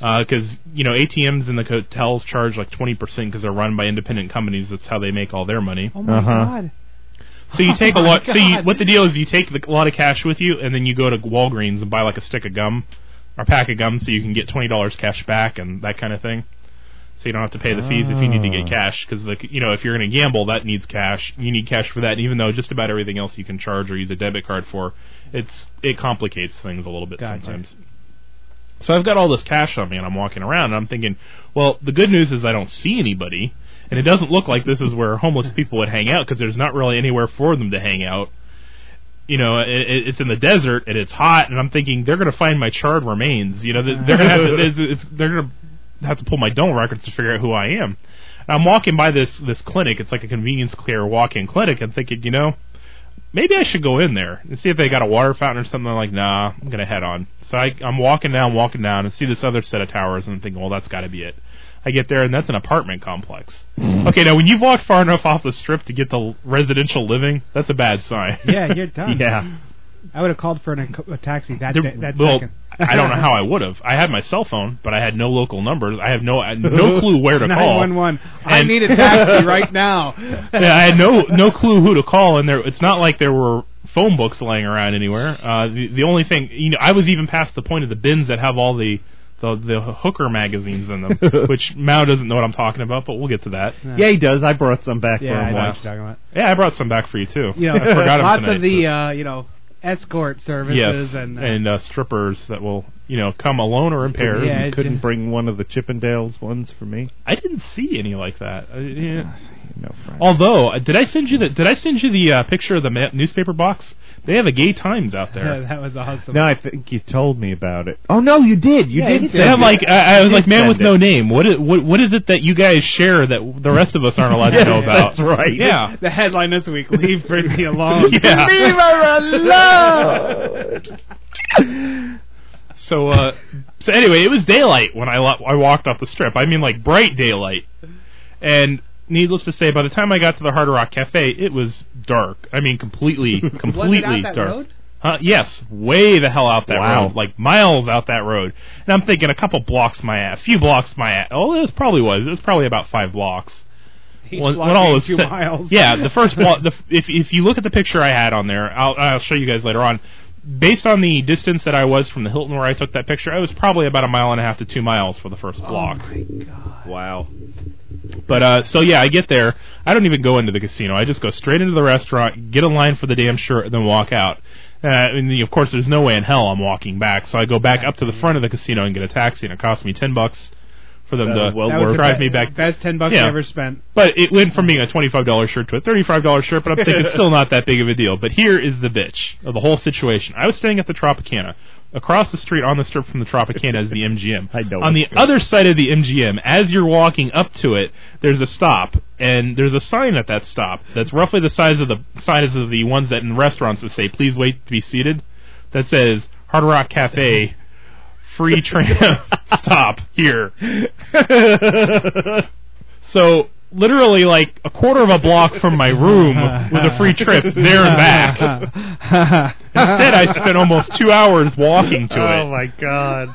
[SPEAKER 9] because Uh, you know ATMs in the hotels charge like twenty percent because they're run by independent companies. That's how they make all their money.
[SPEAKER 8] Oh my
[SPEAKER 9] Uh-huh.
[SPEAKER 8] god.
[SPEAKER 9] So you take
[SPEAKER 8] Oh
[SPEAKER 9] a
[SPEAKER 8] my
[SPEAKER 9] lot. So you,
[SPEAKER 8] God.
[SPEAKER 9] what the deal is? You take the, a lot of cash with you, and then you go to Walgreens and buy like a stick of gum or pack of gum, so you can get twenty dollars cash back and that kind of thing. So you don't have to pay the fees if you need to get
[SPEAKER 8] Oh.
[SPEAKER 11] Ah.
[SPEAKER 9] cash, because the you know if you're going to gamble, that needs cash. You need cash for that, and even though just about everything else you can charge or use a debit card for, it's it complicates things a little bit
[SPEAKER 8] Gotcha.
[SPEAKER 9] sometimes. So I've got all this cash on me, and I'm walking around, and I'm thinking, well, the good news is I don't see anybody, and it doesn't look like this is where homeless people would hang out because there's not really anywhere for them to hang out. You know, it, it, it's in the desert and it's hot, and I'm thinking they're going to find my charred remains. You know, they- they're going to have to, it's, it's, they're going to have to pull my dental records to figure out who I am. And I'm walking by this this clinic. It's like a convenience clear walk-in clinic, and thinking, you know, maybe I should go in there and see if they got a water fountain or something. I'm like, nah, I'm gonna head on. So I, I'm walking down, walking down, and see this other set of towers, and I'm thinking, well, that's got to be it. I get there, and that's an apartment complex. okay, now when you've walked far enough off the strip to get to residential living, that's a bad sign.
[SPEAKER 8] Yeah, you're done.
[SPEAKER 9] yeah.
[SPEAKER 8] I would have called for an, a taxi that
[SPEAKER 9] There-
[SPEAKER 8] day, that
[SPEAKER 9] well,
[SPEAKER 8] second.
[SPEAKER 9] I don't know how I would have. I had my cell phone, but I had no local numbers. I have no I had no clue where to call.
[SPEAKER 8] 911. I
[SPEAKER 9] And-
[SPEAKER 8] need a taxi right now.
[SPEAKER 9] yeah, I had no no clue who to call, and there it's not like there were phone books laying around anywhere. Uh, the the only thing you know, I was even past the point of the bins that have all the the, the hooker magazines in them, which Mao doesn't know what I'm talking about, but we'll get to that.
[SPEAKER 5] Yeah, he does. I brought some back
[SPEAKER 8] Yeah,
[SPEAKER 5] for
[SPEAKER 8] I
[SPEAKER 5] him
[SPEAKER 8] know what
[SPEAKER 5] once.
[SPEAKER 8] you're talking about.
[SPEAKER 9] Yeah, I brought some back for you too.
[SPEAKER 8] You know,
[SPEAKER 9] I forgot 'em
[SPEAKER 8] lots
[SPEAKER 9] tonight,
[SPEAKER 8] of the uh, you know escort
[SPEAKER 9] but-
[SPEAKER 8] services
[SPEAKER 9] yes,
[SPEAKER 8] and, uh,
[SPEAKER 9] uh, strippers that will you know come alone or in pairs.
[SPEAKER 8] Yeah,
[SPEAKER 5] you
[SPEAKER 8] it's
[SPEAKER 5] couldn't
[SPEAKER 8] just-
[SPEAKER 5] bring one of the Chippendales ones for me.
[SPEAKER 9] I didn't see any like that. I, yeah.
[SPEAKER 5] No, Frank.
[SPEAKER 9] Although, uh, did I send you the did I send you the uh, picture of the ma- newspaper box? They have a gay times out there.
[SPEAKER 8] yeah, that was awesome.
[SPEAKER 5] No, I think you told me about it. Oh no, you did. You
[SPEAKER 8] Yeah,
[SPEAKER 5] did.
[SPEAKER 8] he
[SPEAKER 5] send
[SPEAKER 9] They have
[SPEAKER 5] it.
[SPEAKER 9] like I, I was
[SPEAKER 5] You
[SPEAKER 9] like
[SPEAKER 5] did
[SPEAKER 9] man with
[SPEAKER 5] send
[SPEAKER 9] no
[SPEAKER 5] it.
[SPEAKER 9] name. What is, what what is it that you guys share that the rest of us aren't allowed to know
[SPEAKER 8] Yeah,
[SPEAKER 9] about?
[SPEAKER 5] That's right.
[SPEAKER 9] Yeah.
[SPEAKER 8] The headline this week: Leave Britney alone.
[SPEAKER 9] Yeah.
[SPEAKER 5] her alone.
[SPEAKER 9] So uh so anyway, it was daylight when I lo- I walked off the strip. I mean like bright daylight. And needless to say, by the time I got to the Hard Rock Cafe, it was dark. I mean completely completely
[SPEAKER 8] was it out that
[SPEAKER 9] dark.
[SPEAKER 8] road?
[SPEAKER 9] Huh? Yes, way the hell out that
[SPEAKER 5] Wow.
[SPEAKER 9] road, like miles out that road. And I'm thinking a couple blocks my ass, a few blocks my ass. Oh, it was probably was. It was probably about five blocks.
[SPEAKER 8] Each
[SPEAKER 9] When-
[SPEAKER 8] block
[SPEAKER 9] when all
[SPEAKER 8] being
[SPEAKER 9] was
[SPEAKER 8] two
[SPEAKER 9] said-
[SPEAKER 8] miles.
[SPEAKER 9] Yeah, the first block. The, f- if if you look at the picture I had on there, I'll I'll show you guys later on. Based on the distance that I was from the Hilton where I took that picture, I was probably about a mile and a half to two miles for the first
[SPEAKER 8] Oh
[SPEAKER 9] block.
[SPEAKER 5] wow.
[SPEAKER 9] But uh, so yeah, I get there. I don't even go into the casino. I just go straight into the restaurant, get in line for the damn shirt, and then walk out. Uh, and of course, there's no way in hell I'm walking back. So I go back up to the front of the casino and get a taxi, and it cost me ten bucks for them
[SPEAKER 5] Uh,
[SPEAKER 9] to
[SPEAKER 5] well
[SPEAKER 8] That was the
[SPEAKER 9] drive
[SPEAKER 8] be-
[SPEAKER 9] me back.
[SPEAKER 8] Best ten bucks
[SPEAKER 9] Yeah.
[SPEAKER 8] I ever spent.
[SPEAKER 9] But it went from being a twenty-five dollar shirt to a thirty-five dollar shirt. But I'm thinking it's still not that big of a deal. But here is the bitch of the whole situation. I was staying at the Tropicana. Across the street on the strip from the Tropicana is the MGM.
[SPEAKER 5] I know
[SPEAKER 9] On the
[SPEAKER 5] it's good.
[SPEAKER 9] other side of the MGM, as you're walking up to it, there's a stop, and there's a sign at that stop that's roughly the size of the size of the ones that in restaurants that say "Please wait to be seated." That says Hard Rock Cafe, free tram stop here. So literally like a quarter of a block from my room was a free trip there and back. Instead, I spent almost two hours walking to
[SPEAKER 5] oh
[SPEAKER 9] it
[SPEAKER 5] my god.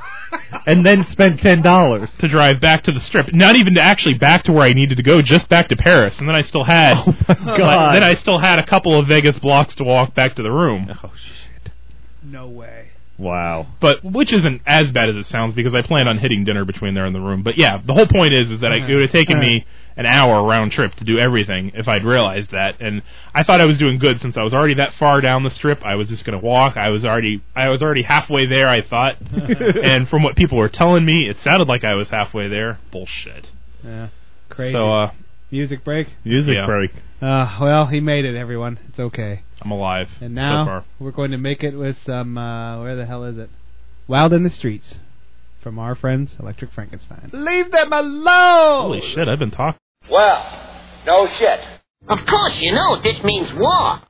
[SPEAKER 5] and then spent ten dollars.
[SPEAKER 9] to drive back to the strip. Not even to actually back to where I needed to go, just back to Paris. And then I still had,
[SPEAKER 5] Oh my
[SPEAKER 9] like,
[SPEAKER 5] God.
[SPEAKER 9] then I still had a couple of Vegas blocks to walk back to the room.
[SPEAKER 5] Oh,
[SPEAKER 8] No way.
[SPEAKER 5] Wow.
[SPEAKER 9] But which isn't as bad as it sounds because I planned on hitting dinner between there and the room. But yeah, the whole point is is that I, it would have taken me an hour round trip to do everything if I'd realized that. And I thought I was doing good since I was already that far down the strip. I was just gonna walk. I was already I was already halfway there. I thought. and from what people were telling me, it sounded like I was halfway there. Bullshit.
[SPEAKER 8] Yeah. Crazy.
[SPEAKER 9] So uh,
[SPEAKER 8] Music break.
[SPEAKER 5] Music break.
[SPEAKER 8] Uh, well, he made it, everyone. It's okay.
[SPEAKER 9] I'm alive.
[SPEAKER 8] And
[SPEAKER 9] so
[SPEAKER 8] now
[SPEAKER 9] far.
[SPEAKER 8] we're going to make it with some. Uh, where the hell is it? Wild in the streets, from our friends Electric Frankenstein.
[SPEAKER 5] Leave them alone!
[SPEAKER 9] Holy shit, I've been talking.
[SPEAKER 11] Well, no shit.
[SPEAKER 12] Of course, you know this means war.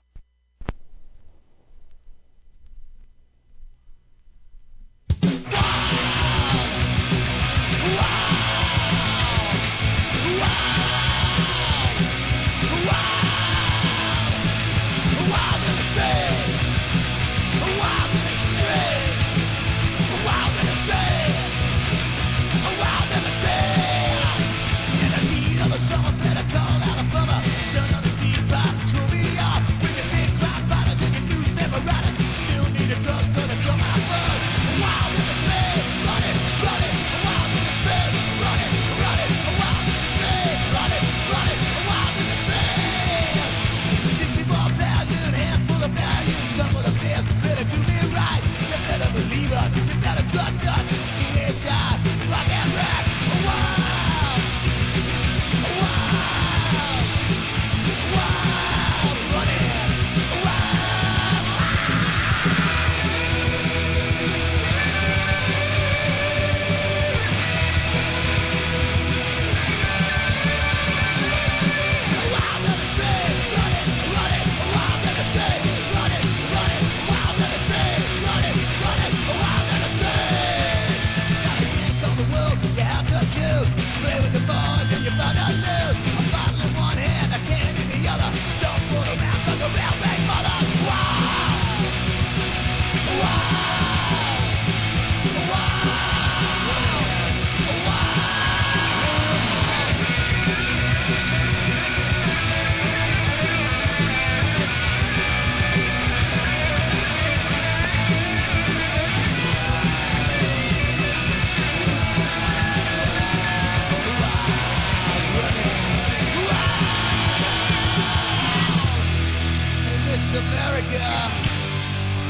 [SPEAKER 11] Miss America,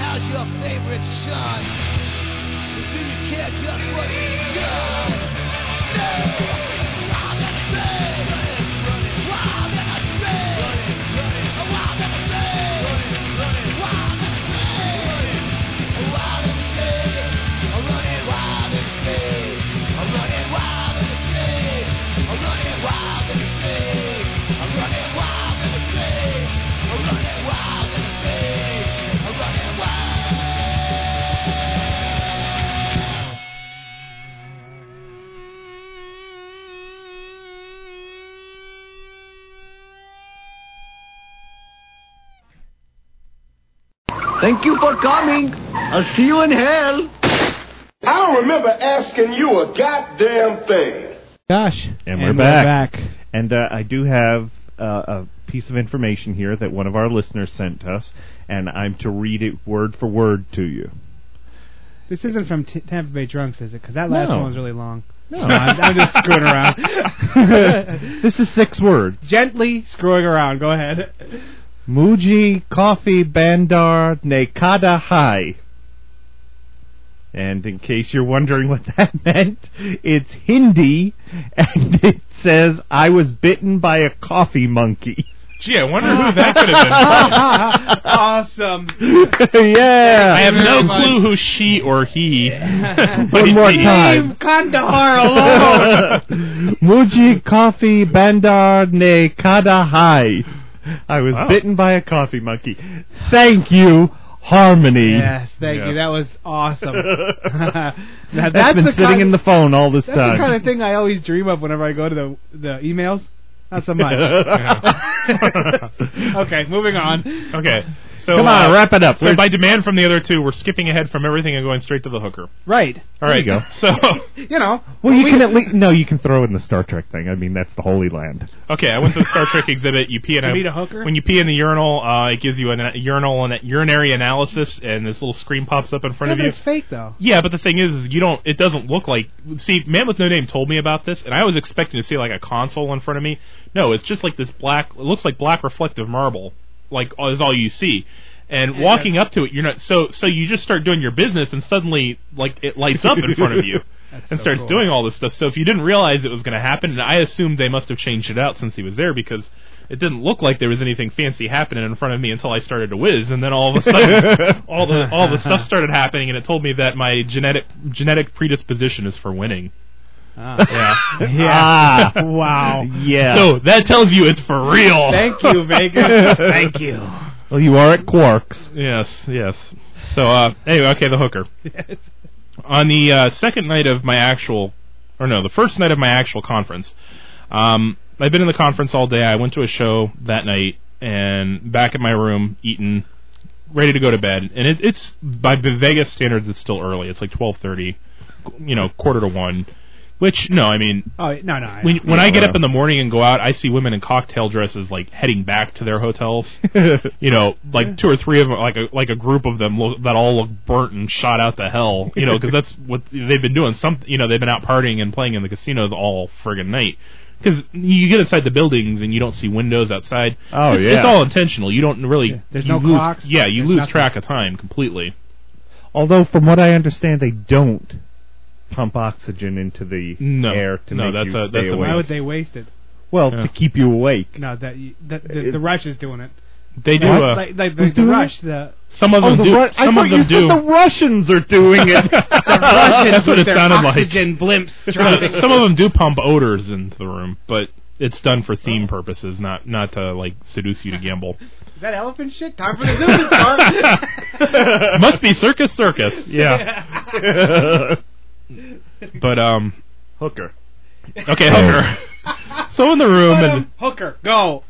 [SPEAKER 11] how's your favorite son? Do you care just what he's done? No! Wild in the streets. Wild in the streets. Wild in the streets. Wild in the streets. Wild in the streets. Running wild in the streets. Running wild in the streets. Running wild in the streets. Running wild in the streets. Running wild and free, running wild.
[SPEAKER 13] Thank you for coming. I'll see you in hell.
[SPEAKER 7] I don't remember asking you a goddamn thing.
[SPEAKER 8] Gosh.
[SPEAKER 5] And, we're, back. And uh, I do have uh, a piece of information here that one of our listeners sent us, and I'm to read it word for word to you.
[SPEAKER 8] This isn't from T- Tampa Bay Drunks, is it? Because that last
[SPEAKER 5] No.
[SPEAKER 8] one was really long.
[SPEAKER 5] No.
[SPEAKER 8] I'm, I'm just screwing around.
[SPEAKER 5] this is six words.
[SPEAKER 8] Gently screwing around. Go ahead.
[SPEAKER 5] Muji Coffee Bandar Nekada Hai. And in case you're wondering what that meant, it's Hindi, and it says, I was bitten by a coffee monkey.
[SPEAKER 9] Gee, I wonder who that could have been.
[SPEAKER 8] awesome.
[SPEAKER 5] yeah.
[SPEAKER 9] I have no
[SPEAKER 8] Very much.
[SPEAKER 9] clue who she or he.
[SPEAKER 5] One more time.
[SPEAKER 8] Leave Kandahar alone.
[SPEAKER 5] Muji Coffee Bandar Ne Kada Hai. I was
[SPEAKER 8] Wow.
[SPEAKER 5] bitten by a coffee monkey. Thank you, Harmony.
[SPEAKER 8] yes, thank you. That was awesome. now,
[SPEAKER 5] That's
[SPEAKER 8] that's
[SPEAKER 5] been
[SPEAKER 8] the
[SPEAKER 5] sitting
[SPEAKER 8] kind-
[SPEAKER 5] in the phone all this
[SPEAKER 8] That's
[SPEAKER 5] time.
[SPEAKER 8] the kind of thing I always dream of whenever I go to the the emails. Not so much. okay, moving on.
[SPEAKER 9] Okay. So
[SPEAKER 5] Come on,
[SPEAKER 9] uh,
[SPEAKER 5] wrap it up.
[SPEAKER 9] So
[SPEAKER 5] We're-
[SPEAKER 9] by demand from the other two, we're skipping ahead from everything and going straight to the hooker.
[SPEAKER 8] Right.
[SPEAKER 9] All right. So
[SPEAKER 8] You know.
[SPEAKER 5] Well, you can at least no. You can throw in the Star Trek thing. I mean, that's the Holy Land.
[SPEAKER 9] okay, I went to the Star Trek exhibit. You pee in
[SPEAKER 8] To
[SPEAKER 9] a,
[SPEAKER 8] meet a hooker?
[SPEAKER 9] When you pee in the urinal, uh, it gives you an, a urinal and a urinary analysis, and this little screen pops up in front
[SPEAKER 8] Yeah,
[SPEAKER 9] of
[SPEAKER 8] but
[SPEAKER 9] you.
[SPEAKER 8] it's fake though.
[SPEAKER 9] Yeah, but the thing is, is you don't. It doesn't look like. See, Man with No Name told me about this, and I was expecting to see like a console in front of me. No, it's just like this black. It looks like black reflective marble. Like is all you see. And
[SPEAKER 14] Yeah.
[SPEAKER 9] walking up to it, you're not so so. You just start doing your business, and suddenly, like it lights up in front of you. and starts doing all this stuff. So if you didn't realize it was going to happen, and I assumed they must have changed it out since he was there because it didn't look like there was anything fancy happening in front of me until I started to whiz, and then all of a sudden, all the all the stuff started happening, and it told me that my genetic genetic predisposition is for winning. Yeah.
[SPEAKER 5] Ah.
[SPEAKER 8] wow.
[SPEAKER 5] Yeah.
[SPEAKER 9] So that tells you it's for real.
[SPEAKER 8] Thank you, Vega. Thank you.
[SPEAKER 5] Well, you are at Quarks.
[SPEAKER 9] Yes, yes. So uh, anyway, okay, the hooker. On the uh, second night of my actual, or no, the first night of my actual conference, um, I've been in the conference all day. I went to a show that night and back at my room, eating, ready to go to bed. And it, it's by the Vegas standards, it's still early. It's like twelve thirty, you know, quarter to one. Which no, I mean,
[SPEAKER 8] Oh no, no. I
[SPEAKER 9] when,
[SPEAKER 8] know.
[SPEAKER 9] when I get up in the morning and go out, I see women in cocktail dresses like heading back to their hotels. you know, like two or three of them, like a like a group of them look, that all look burnt and shot out to hell. You know, because that's what they've been doing. Some, you know, they've been out partying and playing in the casinos all friggin' night. Because you get inside the buildings and you don't see windows outside.
[SPEAKER 5] Oh,
[SPEAKER 9] it's,
[SPEAKER 5] yeah.
[SPEAKER 9] it's all intentional. You don't really.
[SPEAKER 8] There's
[SPEAKER 9] you
[SPEAKER 8] no
[SPEAKER 9] lose-
[SPEAKER 8] clocks.
[SPEAKER 9] Yeah, you
[SPEAKER 8] There's
[SPEAKER 9] lose
[SPEAKER 8] nothing.
[SPEAKER 9] track of time completely.
[SPEAKER 5] Although, from what I understand, they don't pump oxygen into the
[SPEAKER 9] No.
[SPEAKER 5] air to
[SPEAKER 9] No,
[SPEAKER 5] make
[SPEAKER 9] that's
[SPEAKER 5] you
[SPEAKER 9] a-
[SPEAKER 5] stay
[SPEAKER 9] that's a
[SPEAKER 5] awake.
[SPEAKER 8] Why would they waste it?
[SPEAKER 5] well,
[SPEAKER 9] Yeah.
[SPEAKER 5] to keep you awake.
[SPEAKER 8] No, that you- that the, the rush is doing it.
[SPEAKER 9] They do.
[SPEAKER 8] Like-
[SPEAKER 9] uh,
[SPEAKER 8] like, like the,
[SPEAKER 5] who's
[SPEAKER 8] the
[SPEAKER 5] doing
[SPEAKER 8] rush. The
[SPEAKER 9] some of
[SPEAKER 5] oh,
[SPEAKER 9] them
[SPEAKER 5] the
[SPEAKER 9] do.
[SPEAKER 5] Ru- I
[SPEAKER 9] some
[SPEAKER 5] thought
[SPEAKER 9] of them
[SPEAKER 5] you
[SPEAKER 9] do.
[SPEAKER 5] said the Russians are doing it.
[SPEAKER 8] Russians
[SPEAKER 9] That's what
[SPEAKER 8] with
[SPEAKER 9] it
[SPEAKER 8] their
[SPEAKER 9] sounded like.
[SPEAKER 8] oxygen blimps dropping.
[SPEAKER 9] Some of them do pump odors into the room, but it's done for theme purposes, not not to like seduce you to gamble.
[SPEAKER 8] Is that elephant shit? Time for the zoo to start.
[SPEAKER 9] Must be circus, circus. Yeah, but um,
[SPEAKER 5] Hooker.
[SPEAKER 9] okay, hooker. so in the room,
[SPEAKER 8] Put
[SPEAKER 9] and
[SPEAKER 8] 'em, hooker, go.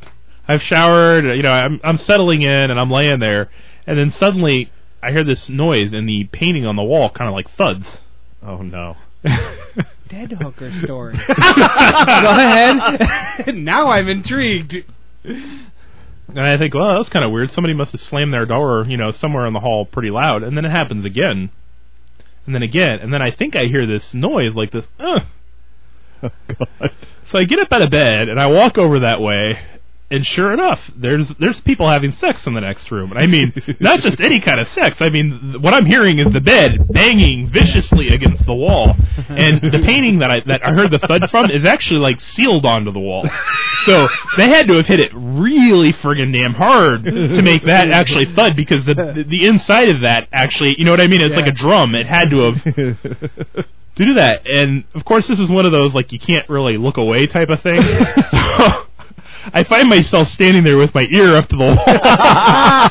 [SPEAKER 9] I've showered. You know, I'm I'm settling in, and I'm laying there, and then suddenly I hear this noise, and the painting on the wall kind of like thuds.
[SPEAKER 5] Oh no.
[SPEAKER 8] Dead hooker story. go ahead. now I'm intrigued.
[SPEAKER 9] And I think, well, that's kind of weird. Somebody must have slammed their door, you know, somewhere in the hall pretty loud. And then it happens again. And then again. And then I think I hear this noise like this, uh.
[SPEAKER 5] Oh god.
[SPEAKER 9] So I get up out of bed and I walk over that way. And sure enough, there's there's people having sex in the next room. And I mean, not just any kind of sex. I mean, th- what I'm hearing is the bed banging viciously against the wall. And the painting that I that I heard the thud from is actually like sealed onto the wall. So they had to have hit it really friggin' damn hard to make that actually thud because the the, the inside of that actually, you know what I mean? It's like a drum. It had to have to do that. And of course, this is one of those like you can't really look away type of thing. so I find myself standing there with my ear up to the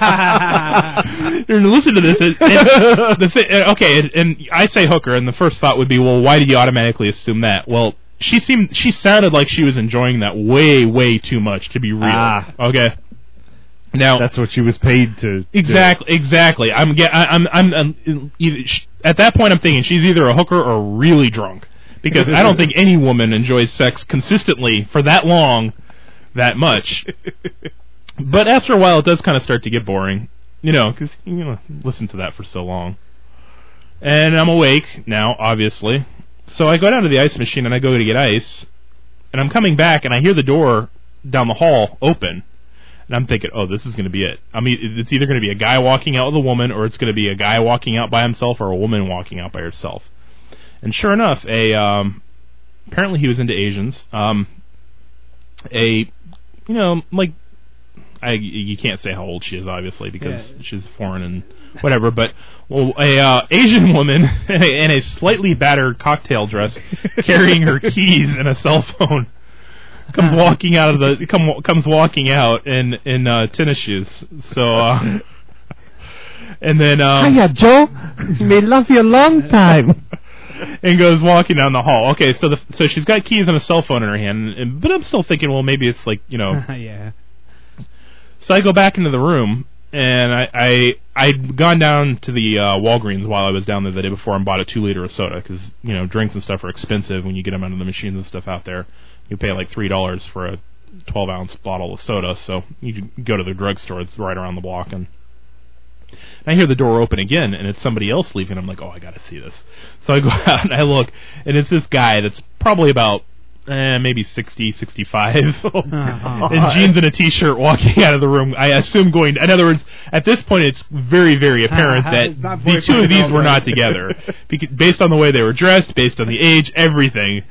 [SPEAKER 9] wall. and listen to this. And, and the thi- and- okay, and, and I say hooker, and the first thought would be, well, why do you automatically assume that? Well. She seemed. She sounded like she was enjoying that way, way too much to be real.
[SPEAKER 5] Ah.
[SPEAKER 9] Okay. Now
[SPEAKER 5] That's what she was paid to.
[SPEAKER 9] Exactly. Exactly. I'm. ge- I- I'm. I'm. I'm either, sh- at that point, I'm thinking she's either a hooker or really drunk because I don't think any woman enjoys sex consistently for that long, that much. But after a while, it does kind of start to get boring, you know, because you know, listen to that for so long. And I'm awake now, obviously. So I go down to the ice machine and I go to get ice, and I'm coming back and I hear the door down the hall open. And I'm thinking, oh, this is going to be it. I mean, it's either going to be a guy walking out with a woman, or it's going to be a guy walking out by himself, or a woman walking out by herself. And sure enough, a um, apparently he was into Asians. Um, a you know, like I you can't say how old she is, obviously, because
[SPEAKER 8] Yeah.
[SPEAKER 9] she's foreign and whatever. But well, a uh, Asian woman in a slightly battered cocktail dress, carrying her keys and a cell phone comes walking out of the come comes walking out in in uh, tennis shoes. So uh, and then um,
[SPEAKER 5] Hiya, Joe. Me love you a long time.
[SPEAKER 9] and goes walking down the hall. Okay, so the so she's got keys and a cell phone in her hand, and, but I'm still thinking, well, maybe it's like you know.
[SPEAKER 8] yeah.
[SPEAKER 9] so I go back into the room. And I, I I'd gone down to the uh, Walgreens while I was down there the day before and bought a two liter of soda because you know drinks and stuff are expensive when you get them out of the machines and stuff out there. You pay like three dollars for a twelve ounce bottle of soda, so you could go to the drugstore it's right around the block and and I hear the door open again, and it's somebody else leaving. I'm like, oh, I gotta see this. So I go out and I look, and it's this guy that's probably about eh, maybe 60, 65. in jeans and a t-shirt walking out of the room. I assume going. In other words, at this point, it's very, very apparent
[SPEAKER 8] How- how
[SPEAKER 9] that
[SPEAKER 8] does that
[SPEAKER 9] the
[SPEAKER 8] boyfriend
[SPEAKER 9] two of these
[SPEAKER 8] know
[SPEAKER 9] were
[SPEAKER 8] that?
[SPEAKER 9] not together, Beca- based on the way they were dressed, based on the age, everything.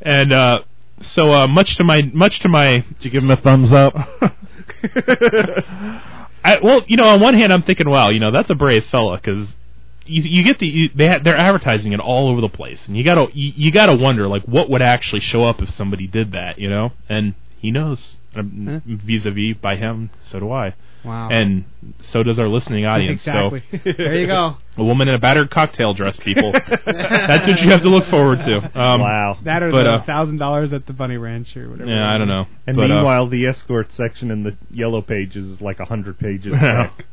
[SPEAKER 9] And uh, so, uh, much to my, much to my, did you give him a thumbs up? I, well, you know, on one hand, I'm thinking, wow, you know, that's a brave fella because you, you get the you, they ha- they're advertising it all over the place, and you gotta you, you gotta wonder like what would actually show up if somebody did that, you know? And he knows vis a vis by him, so do I.
[SPEAKER 8] Wow.
[SPEAKER 9] And so does our listening audience.
[SPEAKER 8] Exactly.
[SPEAKER 9] So
[SPEAKER 8] there you go.
[SPEAKER 9] a woman in a battered cocktail dress, people. That's what you have to look forward to. Um, wow.
[SPEAKER 8] That or
[SPEAKER 9] but,
[SPEAKER 8] the
[SPEAKER 9] uh,
[SPEAKER 8] thousand dollars at the Bunny Ranch or whatever.
[SPEAKER 9] Yeah, I don't know.
[SPEAKER 5] And
[SPEAKER 9] But, uh,
[SPEAKER 5] meanwhile, the escort section in the yellow pages is like a hundred pages. back.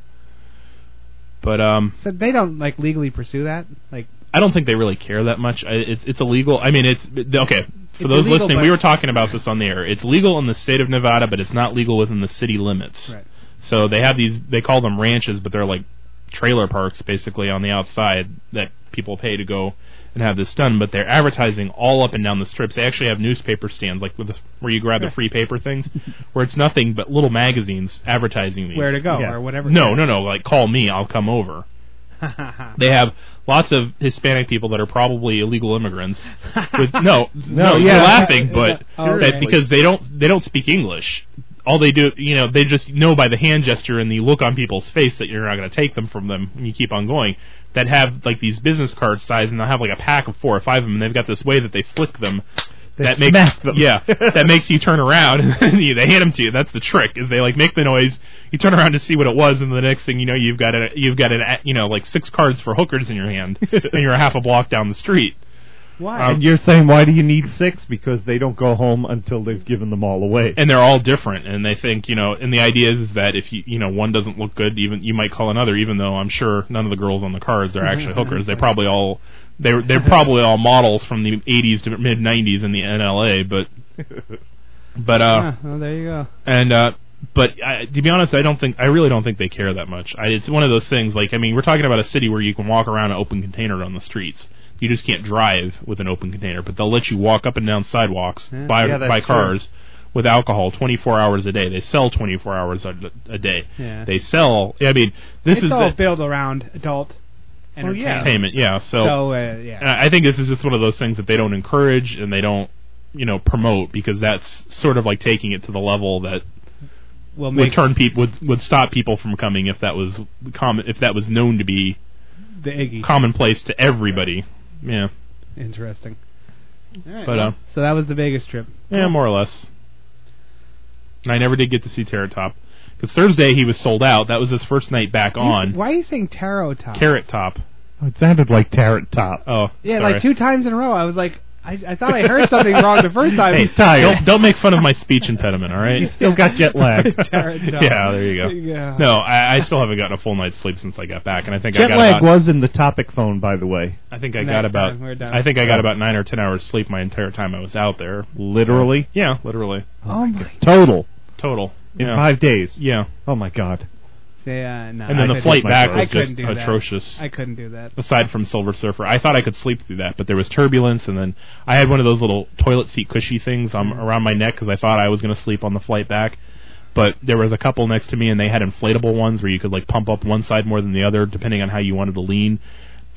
[SPEAKER 9] but um,
[SPEAKER 8] So they don't like legally pursue that. Like
[SPEAKER 9] I don't think they really care that much. I, it's it's illegal. I mean, it's okay for
[SPEAKER 8] It's
[SPEAKER 9] those
[SPEAKER 8] illegal,
[SPEAKER 9] listening.
[SPEAKER 8] but-
[SPEAKER 9] We were talking about this on the air. It's legal in the state of Nevada, but it's not legal within the city limits.
[SPEAKER 8] Right.
[SPEAKER 9] So they have these. They call them ranches, but they're like trailer parks basically on the outside that people pay to go and have this done. But they're advertising all up and down the strips. They actually have newspaper stands like with the, where you grab the free paper things, where it's nothing but little magazines advertising these.
[SPEAKER 8] Where to go or whatever.
[SPEAKER 9] No, no, no. Like call me, I'll come over. They have lots of Hispanic people that are probably illegal immigrants. With no, no, you're
[SPEAKER 8] yeah.
[SPEAKER 9] laughing, but
[SPEAKER 8] Oh,
[SPEAKER 9] that
[SPEAKER 8] okay.
[SPEAKER 9] because they don't they don't speak English. All they do, you know, they just know by the hand gesture and the look on people's face that you're not going to take them from them, and you keep on going. That have like these business card size, and they'll have like a pack of four or five of them, and they've got this way that they flick them.
[SPEAKER 5] They
[SPEAKER 9] that
[SPEAKER 5] smack
[SPEAKER 9] makes
[SPEAKER 5] them.
[SPEAKER 9] yeah, that makes you turn around and you- they hand them to you. That's the trick is they like make the noise. You turn around to see what it was, and the next thing you know, you've got a you've got an a- you know like six cards for hookers in your hand, and you're a half a block down the street.
[SPEAKER 8] Why?
[SPEAKER 5] and you're saying why do you need six? Because they don't go home until they've given them all away.
[SPEAKER 9] and they're all different and they think you know and the idea is that if you you know one doesn't look good even you might call another even though i'm sure none of the girls on the cards are actually
[SPEAKER 5] Mm-hmm.
[SPEAKER 9] hookers they probably all they are they're probably all models from the 80s to mid 90s in the nla but but uh
[SPEAKER 8] Huh, well, there you go.
[SPEAKER 9] and uh but I, to be honest, I don't think I really don't think they care that much. I, it's one of those things. Like I mean, we're talking about a city where you can walk around an open container on the streets. You just can't drive with an open container, but they'll let you walk up and down sidewalks
[SPEAKER 5] Yeah.
[SPEAKER 9] by
[SPEAKER 5] Yeah, that's
[SPEAKER 9] by
[SPEAKER 5] true.
[SPEAKER 9] cars with alcohol 24 hours a day. They sell 24 hours a, a day.
[SPEAKER 8] Yeah.
[SPEAKER 9] They sell. I mean, this
[SPEAKER 8] it's
[SPEAKER 9] is
[SPEAKER 8] all
[SPEAKER 9] the
[SPEAKER 8] built around adult
[SPEAKER 5] Oh,
[SPEAKER 8] entertainment.
[SPEAKER 9] entertainment. Yeah. So,
[SPEAKER 8] So, uh, yeah.
[SPEAKER 9] and I I think this is just one of those things that they don't encourage and they don't you know promote because that's sort of like taking it to the level that
[SPEAKER 8] Will
[SPEAKER 9] would
[SPEAKER 8] make
[SPEAKER 9] turn people would would stop people from coming if that was common if that was known to be
[SPEAKER 8] the Iggy
[SPEAKER 9] commonplace to everybody. Yeah,
[SPEAKER 8] interesting. Alright,
[SPEAKER 9] But,
[SPEAKER 8] well,
[SPEAKER 9] uh,
[SPEAKER 8] so that was the Vegas trip.
[SPEAKER 9] yeah, more or less. And I never did get to see Tarot Top because Thursday he was sold out. That was his first night back on
[SPEAKER 8] Why are you saying tarot top?
[SPEAKER 9] Carrot Top.
[SPEAKER 5] Oh, It sounded like Tarot Top.
[SPEAKER 9] Oh,
[SPEAKER 8] yeah,
[SPEAKER 9] sorry.
[SPEAKER 8] like two times in a row. I was like, I, I thought I heard something wrong the first time.
[SPEAKER 9] Hey,
[SPEAKER 5] He's tired.
[SPEAKER 9] Don't, don't make fun of my speech impediment. All right.
[SPEAKER 5] He's still got jet lag.
[SPEAKER 8] Tarot top.
[SPEAKER 9] yeah, there you go.
[SPEAKER 8] Yeah.
[SPEAKER 9] No, I, I still haven't gotten a full night's sleep since I got back, and I think I
[SPEAKER 5] jet
[SPEAKER 9] got
[SPEAKER 5] lag
[SPEAKER 9] about,
[SPEAKER 5] was in the topic phone, by the way.
[SPEAKER 9] I think I
[SPEAKER 8] Next
[SPEAKER 9] got about
[SPEAKER 8] time we're done.
[SPEAKER 9] I think I got about nine or ten hours sleep my entire time I was out there.
[SPEAKER 5] Literally?
[SPEAKER 9] Yeah, literally.
[SPEAKER 8] Oh my.
[SPEAKER 5] Total.
[SPEAKER 9] Total.
[SPEAKER 5] In
[SPEAKER 9] yeah.
[SPEAKER 5] five days.
[SPEAKER 9] Yeah.
[SPEAKER 5] Oh my god.
[SPEAKER 8] Say, uh, no,
[SPEAKER 9] And
[SPEAKER 8] I
[SPEAKER 9] then the
[SPEAKER 8] couldn't-
[SPEAKER 9] flight back
[SPEAKER 8] I
[SPEAKER 9] was
[SPEAKER 8] couldn't
[SPEAKER 9] just
[SPEAKER 8] do that.
[SPEAKER 9] atrocious.
[SPEAKER 8] I couldn't do that.
[SPEAKER 9] Aside from Silver Surfer, I thought I could sleep through that, but there was turbulence, and then I had one of those little toilet seat cushy things um, around my neck because I thought I was going to sleep on the flight back. But there was a couple next to me, and they had inflatable ones where you could like pump up one side more than the other depending on how you wanted to lean.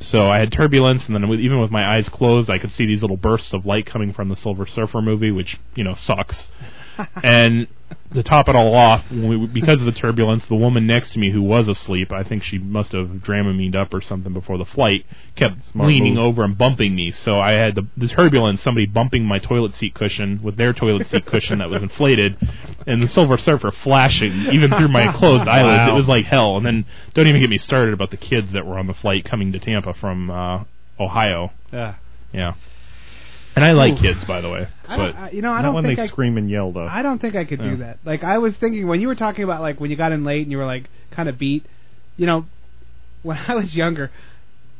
[SPEAKER 9] So I had turbulence, and then with, even with my eyes closed, I could see these little bursts of light coming from the Silver Surfer movie, which you know sucks. and to top it all off, when we, because of the turbulence, the woman next to me who was asleep, I think she must have Dramamined up or something before the flight, kept
[SPEAKER 5] Smart
[SPEAKER 9] leaning
[SPEAKER 5] move.
[SPEAKER 9] over and bumping me. So I had the, the turbulence, somebody bumping my toilet seat cushion with their toilet seat cushion that was inflated, and the Silver Surfer flashing even through my closed eyelids.
[SPEAKER 5] Wow.
[SPEAKER 9] It was like hell. And then don't even get me started about the kids that were on the flight coming to Tampa from uh, Ohio.
[SPEAKER 8] Yeah.
[SPEAKER 9] Yeah. And I like
[SPEAKER 8] Ooh.
[SPEAKER 9] kids, by the way.
[SPEAKER 8] I
[SPEAKER 9] But
[SPEAKER 8] don't, I, you know, I
[SPEAKER 5] Not
[SPEAKER 8] don't
[SPEAKER 5] when
[SPEAKER 8] think
[SPEAKER 5] they
[SPEAKER 8] I,
[SPEAKER 5] scream and yell though.
[SPEAKER 8] I don't think I could
[SPEAKER 9] Yeah.
[SPEAKER 8] do that. Like I was thinking when you were talking about like when you got in late and you were like kind of beat. You know, when I was younger,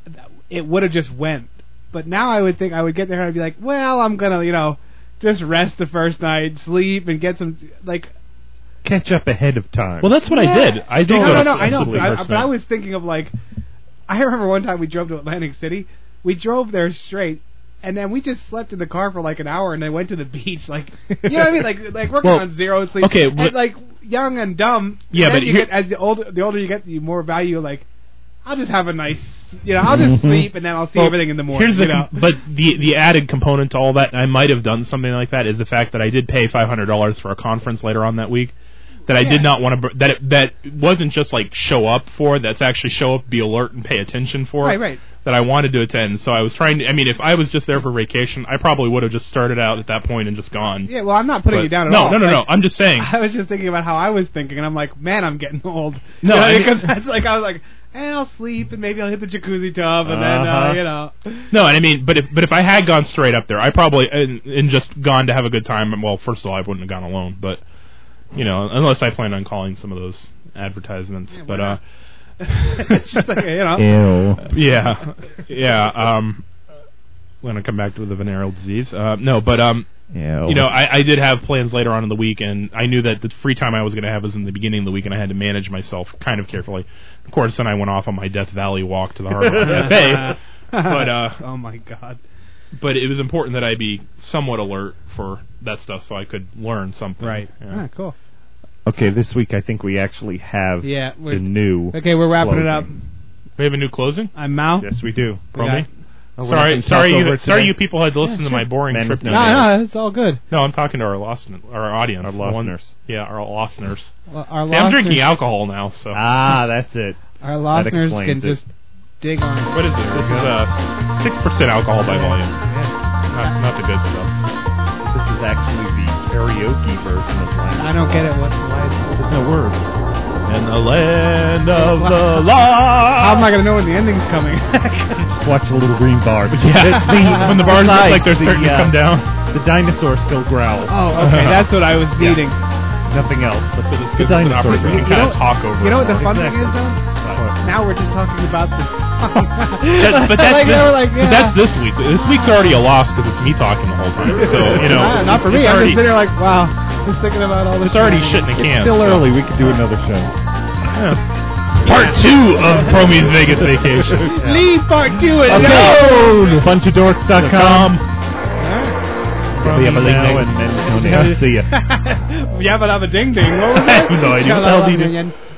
[SPEAKER 8] that- it would have just went. But now I would think I would get there and I'd be like, well, I'm gonna you know just rest the first night, sleep, and get some like.
[SPEAKER 5] Catch up ahead of time.
[SPEAKER 9] well, that's what
[SPEAKER 8] Yeah.
[SPEAKER 9] I did. I did
[SPEAKER 8] no,
[SPEAKER 9] go
[SPEAKER 8] no,
[SPEAKER 9] to
[SPEAKER 8] no, I know.
[SPEAKER 9] sleep
[SPEAKER 8] But I,
[SPEAKER 9] first
[SPEAKER 8] but I
[SPEAKER 9] night.
[SPEAKER 8] was thinking of like, I remember one time we drove to Atlantic City. We drove there straight, And then we just slept in the car for like an hour, and then went to the beach. Like, you know what I mean? Like, like working
[SPEAKER 9] Well,
[SPEAKER 8] on zero sleep.
[SPEAKER 9] okay,
[SPEAKER 8] And,
[SPEAKER 9] but-
[SPEAKER 8] like young and dumb.
[SPEAKER 9] Yeah,
[SPEAKER 8] then
[SPEAKER 9] but
[SPEAKER 8] you
[SPEAKER 9] here-
[SPEAKER 8] get, as the older the older you get, the more value. Like, I'll just have a nice, you know, I'll just
[SPEAKER 9] Mhm.
[SPEAKER 8] sleep, and then I'll see
[SPEAKER 9] Well,
[SPEAKER 8] everything in the morning.
[SPEAKER 9] Here's the
[SPEAKER 8] you know?
[SPEAKER 9] com- but the the added component to all that, and I might have done something like that, is the fact that I did pay five hundred dollars for a conference later on that week. That I did not want to. That it, that wasn't just like show up for. That's actually show up, be alert, and pay attention for.
[SPEAKER 8] Right, right.
[SPEAKER 9] That I wanted to attend. So I was trying to. I mean, if I was just there for vacation, I probably would have just started out at that point and just gone.
[SPEAKER 8] Yeah, well, I'm not putting
[SPEAKER 9] But-
[SPEAKER 8] you down at
[SPEAKER 9] no,
[SPEAKER 8] all.
[SPEAKER 9] No, no, no,
[SPEAKER 8] Like,
[SPEAKER 9] I'm just saying.
[SPEAKER 8] I was just thinking about how I was thinking, and I'm like, man, I'm getting old.
[SPEAKER 9] No,
[SPEAKER 8] you
[SPEAKER 9] I-
[SPEAKER 8] because that's like I was like, and I'll sleep, and maybe I'll hit the jacuzzi tub, and
[SPEAKER 9] Uh-huh.
[SPEAKER 8] then uh, you know,
[SPEAKER 9] No, and I mean, but if but if I had gone straight up there, I probably and, and just gone to have a good time. Well, first of all, I wouldn't have gone alone, but you know, unless I planned on calling some of those advertisements. but uh,
[SPEAKER 8] it's just like you know.
[SPEAKER 9] yeah, yeah. Um, we're gonna come back to the venereal disease. Uh, no, but um, you know, I, I did have plans later on in the week, and I knew that the free time I was gonna have was in the beginning of the week, and I had to manage myself kind of carefully. Of course, then I went off on my Death Valley walk to the Harbor Cafe. But uh,
[SPEAKER 8] oh my god.
[SPEAKER 9] but it was important that I be somewhat alert for that stuff so I could learn something. Right.
[SPEAKER 8] Ah, cool.
[SPEAKER 5] Okay, this week I think we actually have
[SPEAKER 8] Yeah,
[SPEAKER 5] the
[SPEAKER 8] we're-
[SPEAKER 5] new.
[SPEAKER 8] Okay, we're wrapping it up.
[SPEAKER 5] closing.
[SPEAKER 9] We have a new closing.
[SPEAKER 8] I'm Mal.
[SPEAKER 5] Yes, we do.
[SPEAKER 9] Probably.
[SPEAKER 5] Oh, we're not
[SPEAKER 9] sorry,
[SPEAKER 5] gonna
[SPEAKER 9] sorry,
[SPEAKER 5] talk over
[SPEAKER 9] you,
[SPEAKER 5] it
[SPEAKER 9] sorry,
[SPEAKER 5] today?
[SPEAKER 9] you people had to listen
[SPEAKER 5] Yeah,
[SPEAKER 9] to my
[SPEAKER 5] sure.
[SPEAKER 9] boring
[SPEAKER 5] Man
[SPEAKER 9] trip.
[SPEAKER 5] with no
[SPEAKER 9] note.
[SPEAKER 8] No, no, it's all good.
[SPEAKER 9] No, I'm talking to our lost, our audience,
[SPEAKER 5] Our lost
[SPEAKER 9] One-
[SPEAKER 5] nurse.
[SPEAKER 9] Yeah, our lost nurse.
[SPEAKER 8] Well, our
[SPEAKER 9] See, I'm drinking
[SPEAKER 8] listeners-
[SPEAKER 9] alcohol now, so.
[SPEAKER 5] Ah, that's it.
[SPEAKER 8] Our
[SPEAKER 5] That
[SPEAKER 8] listeners can
[SPEAKER 5] explains it.
[SPEAKER 8] just dig on it.
[SPEAKER 9] What is this? This is uh, six percent alcohol by volume. Not, not the good stuff.
[SPEAKER 5] This is actually the karaoke version of Lion.
[SPEAKER 8] I don't get it. What's the light?
[SPEAKER 5] There's no words.
[SPEAKER 9] And the land of the
[SPEAKER 8] How am
[SPEAKER 9] lost.
[SPEAKER 8] I gonna know when the ending's coming?
[SPEAKER 5] Watch the little green bars.
[SPEAKER 9] Yeah. When the bars look
[SPEAKER 5] lights,
[SPEAKER 9] like they're starting to
[SPEAKER 5] uh,
[SPEAKER 9] come down.
[SPEAKER 5] The dinosaurs still growl.
[SPEAKER 8] oh, okay, that's what I was needing.
[SPEAKER 5] Nothing else.
[SPEAKER 9] So this
[SPEAKER 5] The
[SPEAKER 9] gives us an
[SPEAKER 5] dinosaur
[SPEAKER 9] opportunity to
[SPEAKER 5] thing.
[SPEAKER 9] kind
[SPEAKER 8] You know-
[SPEAKER 9] of talk over.
[SPEAKER 8] You know
[SPEAKER 9] it.
[SPEAKER 8] what the fun
[SPEAKER 5] Exactly.
[SPEAKER 8] thing is though? Now we're just talking about this.
[SPEAKER 9] That- but that's,
[SPEAKER 8] Like,
[SPEAKER 9] this,
[SPEAKER 8] they were like,
[SPEAKER 9] but
[SPEAKER 8] yeah.
[SPEAKER 9] that's this week. This week's already a loss because it's me talking the whole time. So you know,
[SPEAKER 8] Nah, not for
[SPEAKER 9] it's
[SPEAKER 8] me. I'm
[SPEAKER 9] already-
[SPEAKER 8] just sitting there like, wow, I'm thinking about all this.
[SPEAKER 9] It's already shit in the can.
[SPEAKER 5] It's still
[SPEAKER 9] so-
[SPEAKER 5] early. We could do another show.
[SPEAKER 9] Part two of Promi's Vegas Vacation.
[SPEAKER 8] Leave part two and
[SPEAKER 5] Okay. Bunchofdorks.com. We have a link now
[SPEAKER 9] Ding-ding.
[SPEAKER 5] and then Tony. I'll See ya.
[SPEAKER 8] no. Yabba dabba ding ding. What was
[SPEAKER 9] I
[SPEAKER 8] that?
[SPEAKER 9] have no idea.
[SPEAKER 8] Shalala
[SPEAKER 9] LD.
[SPEAKER 8] minion.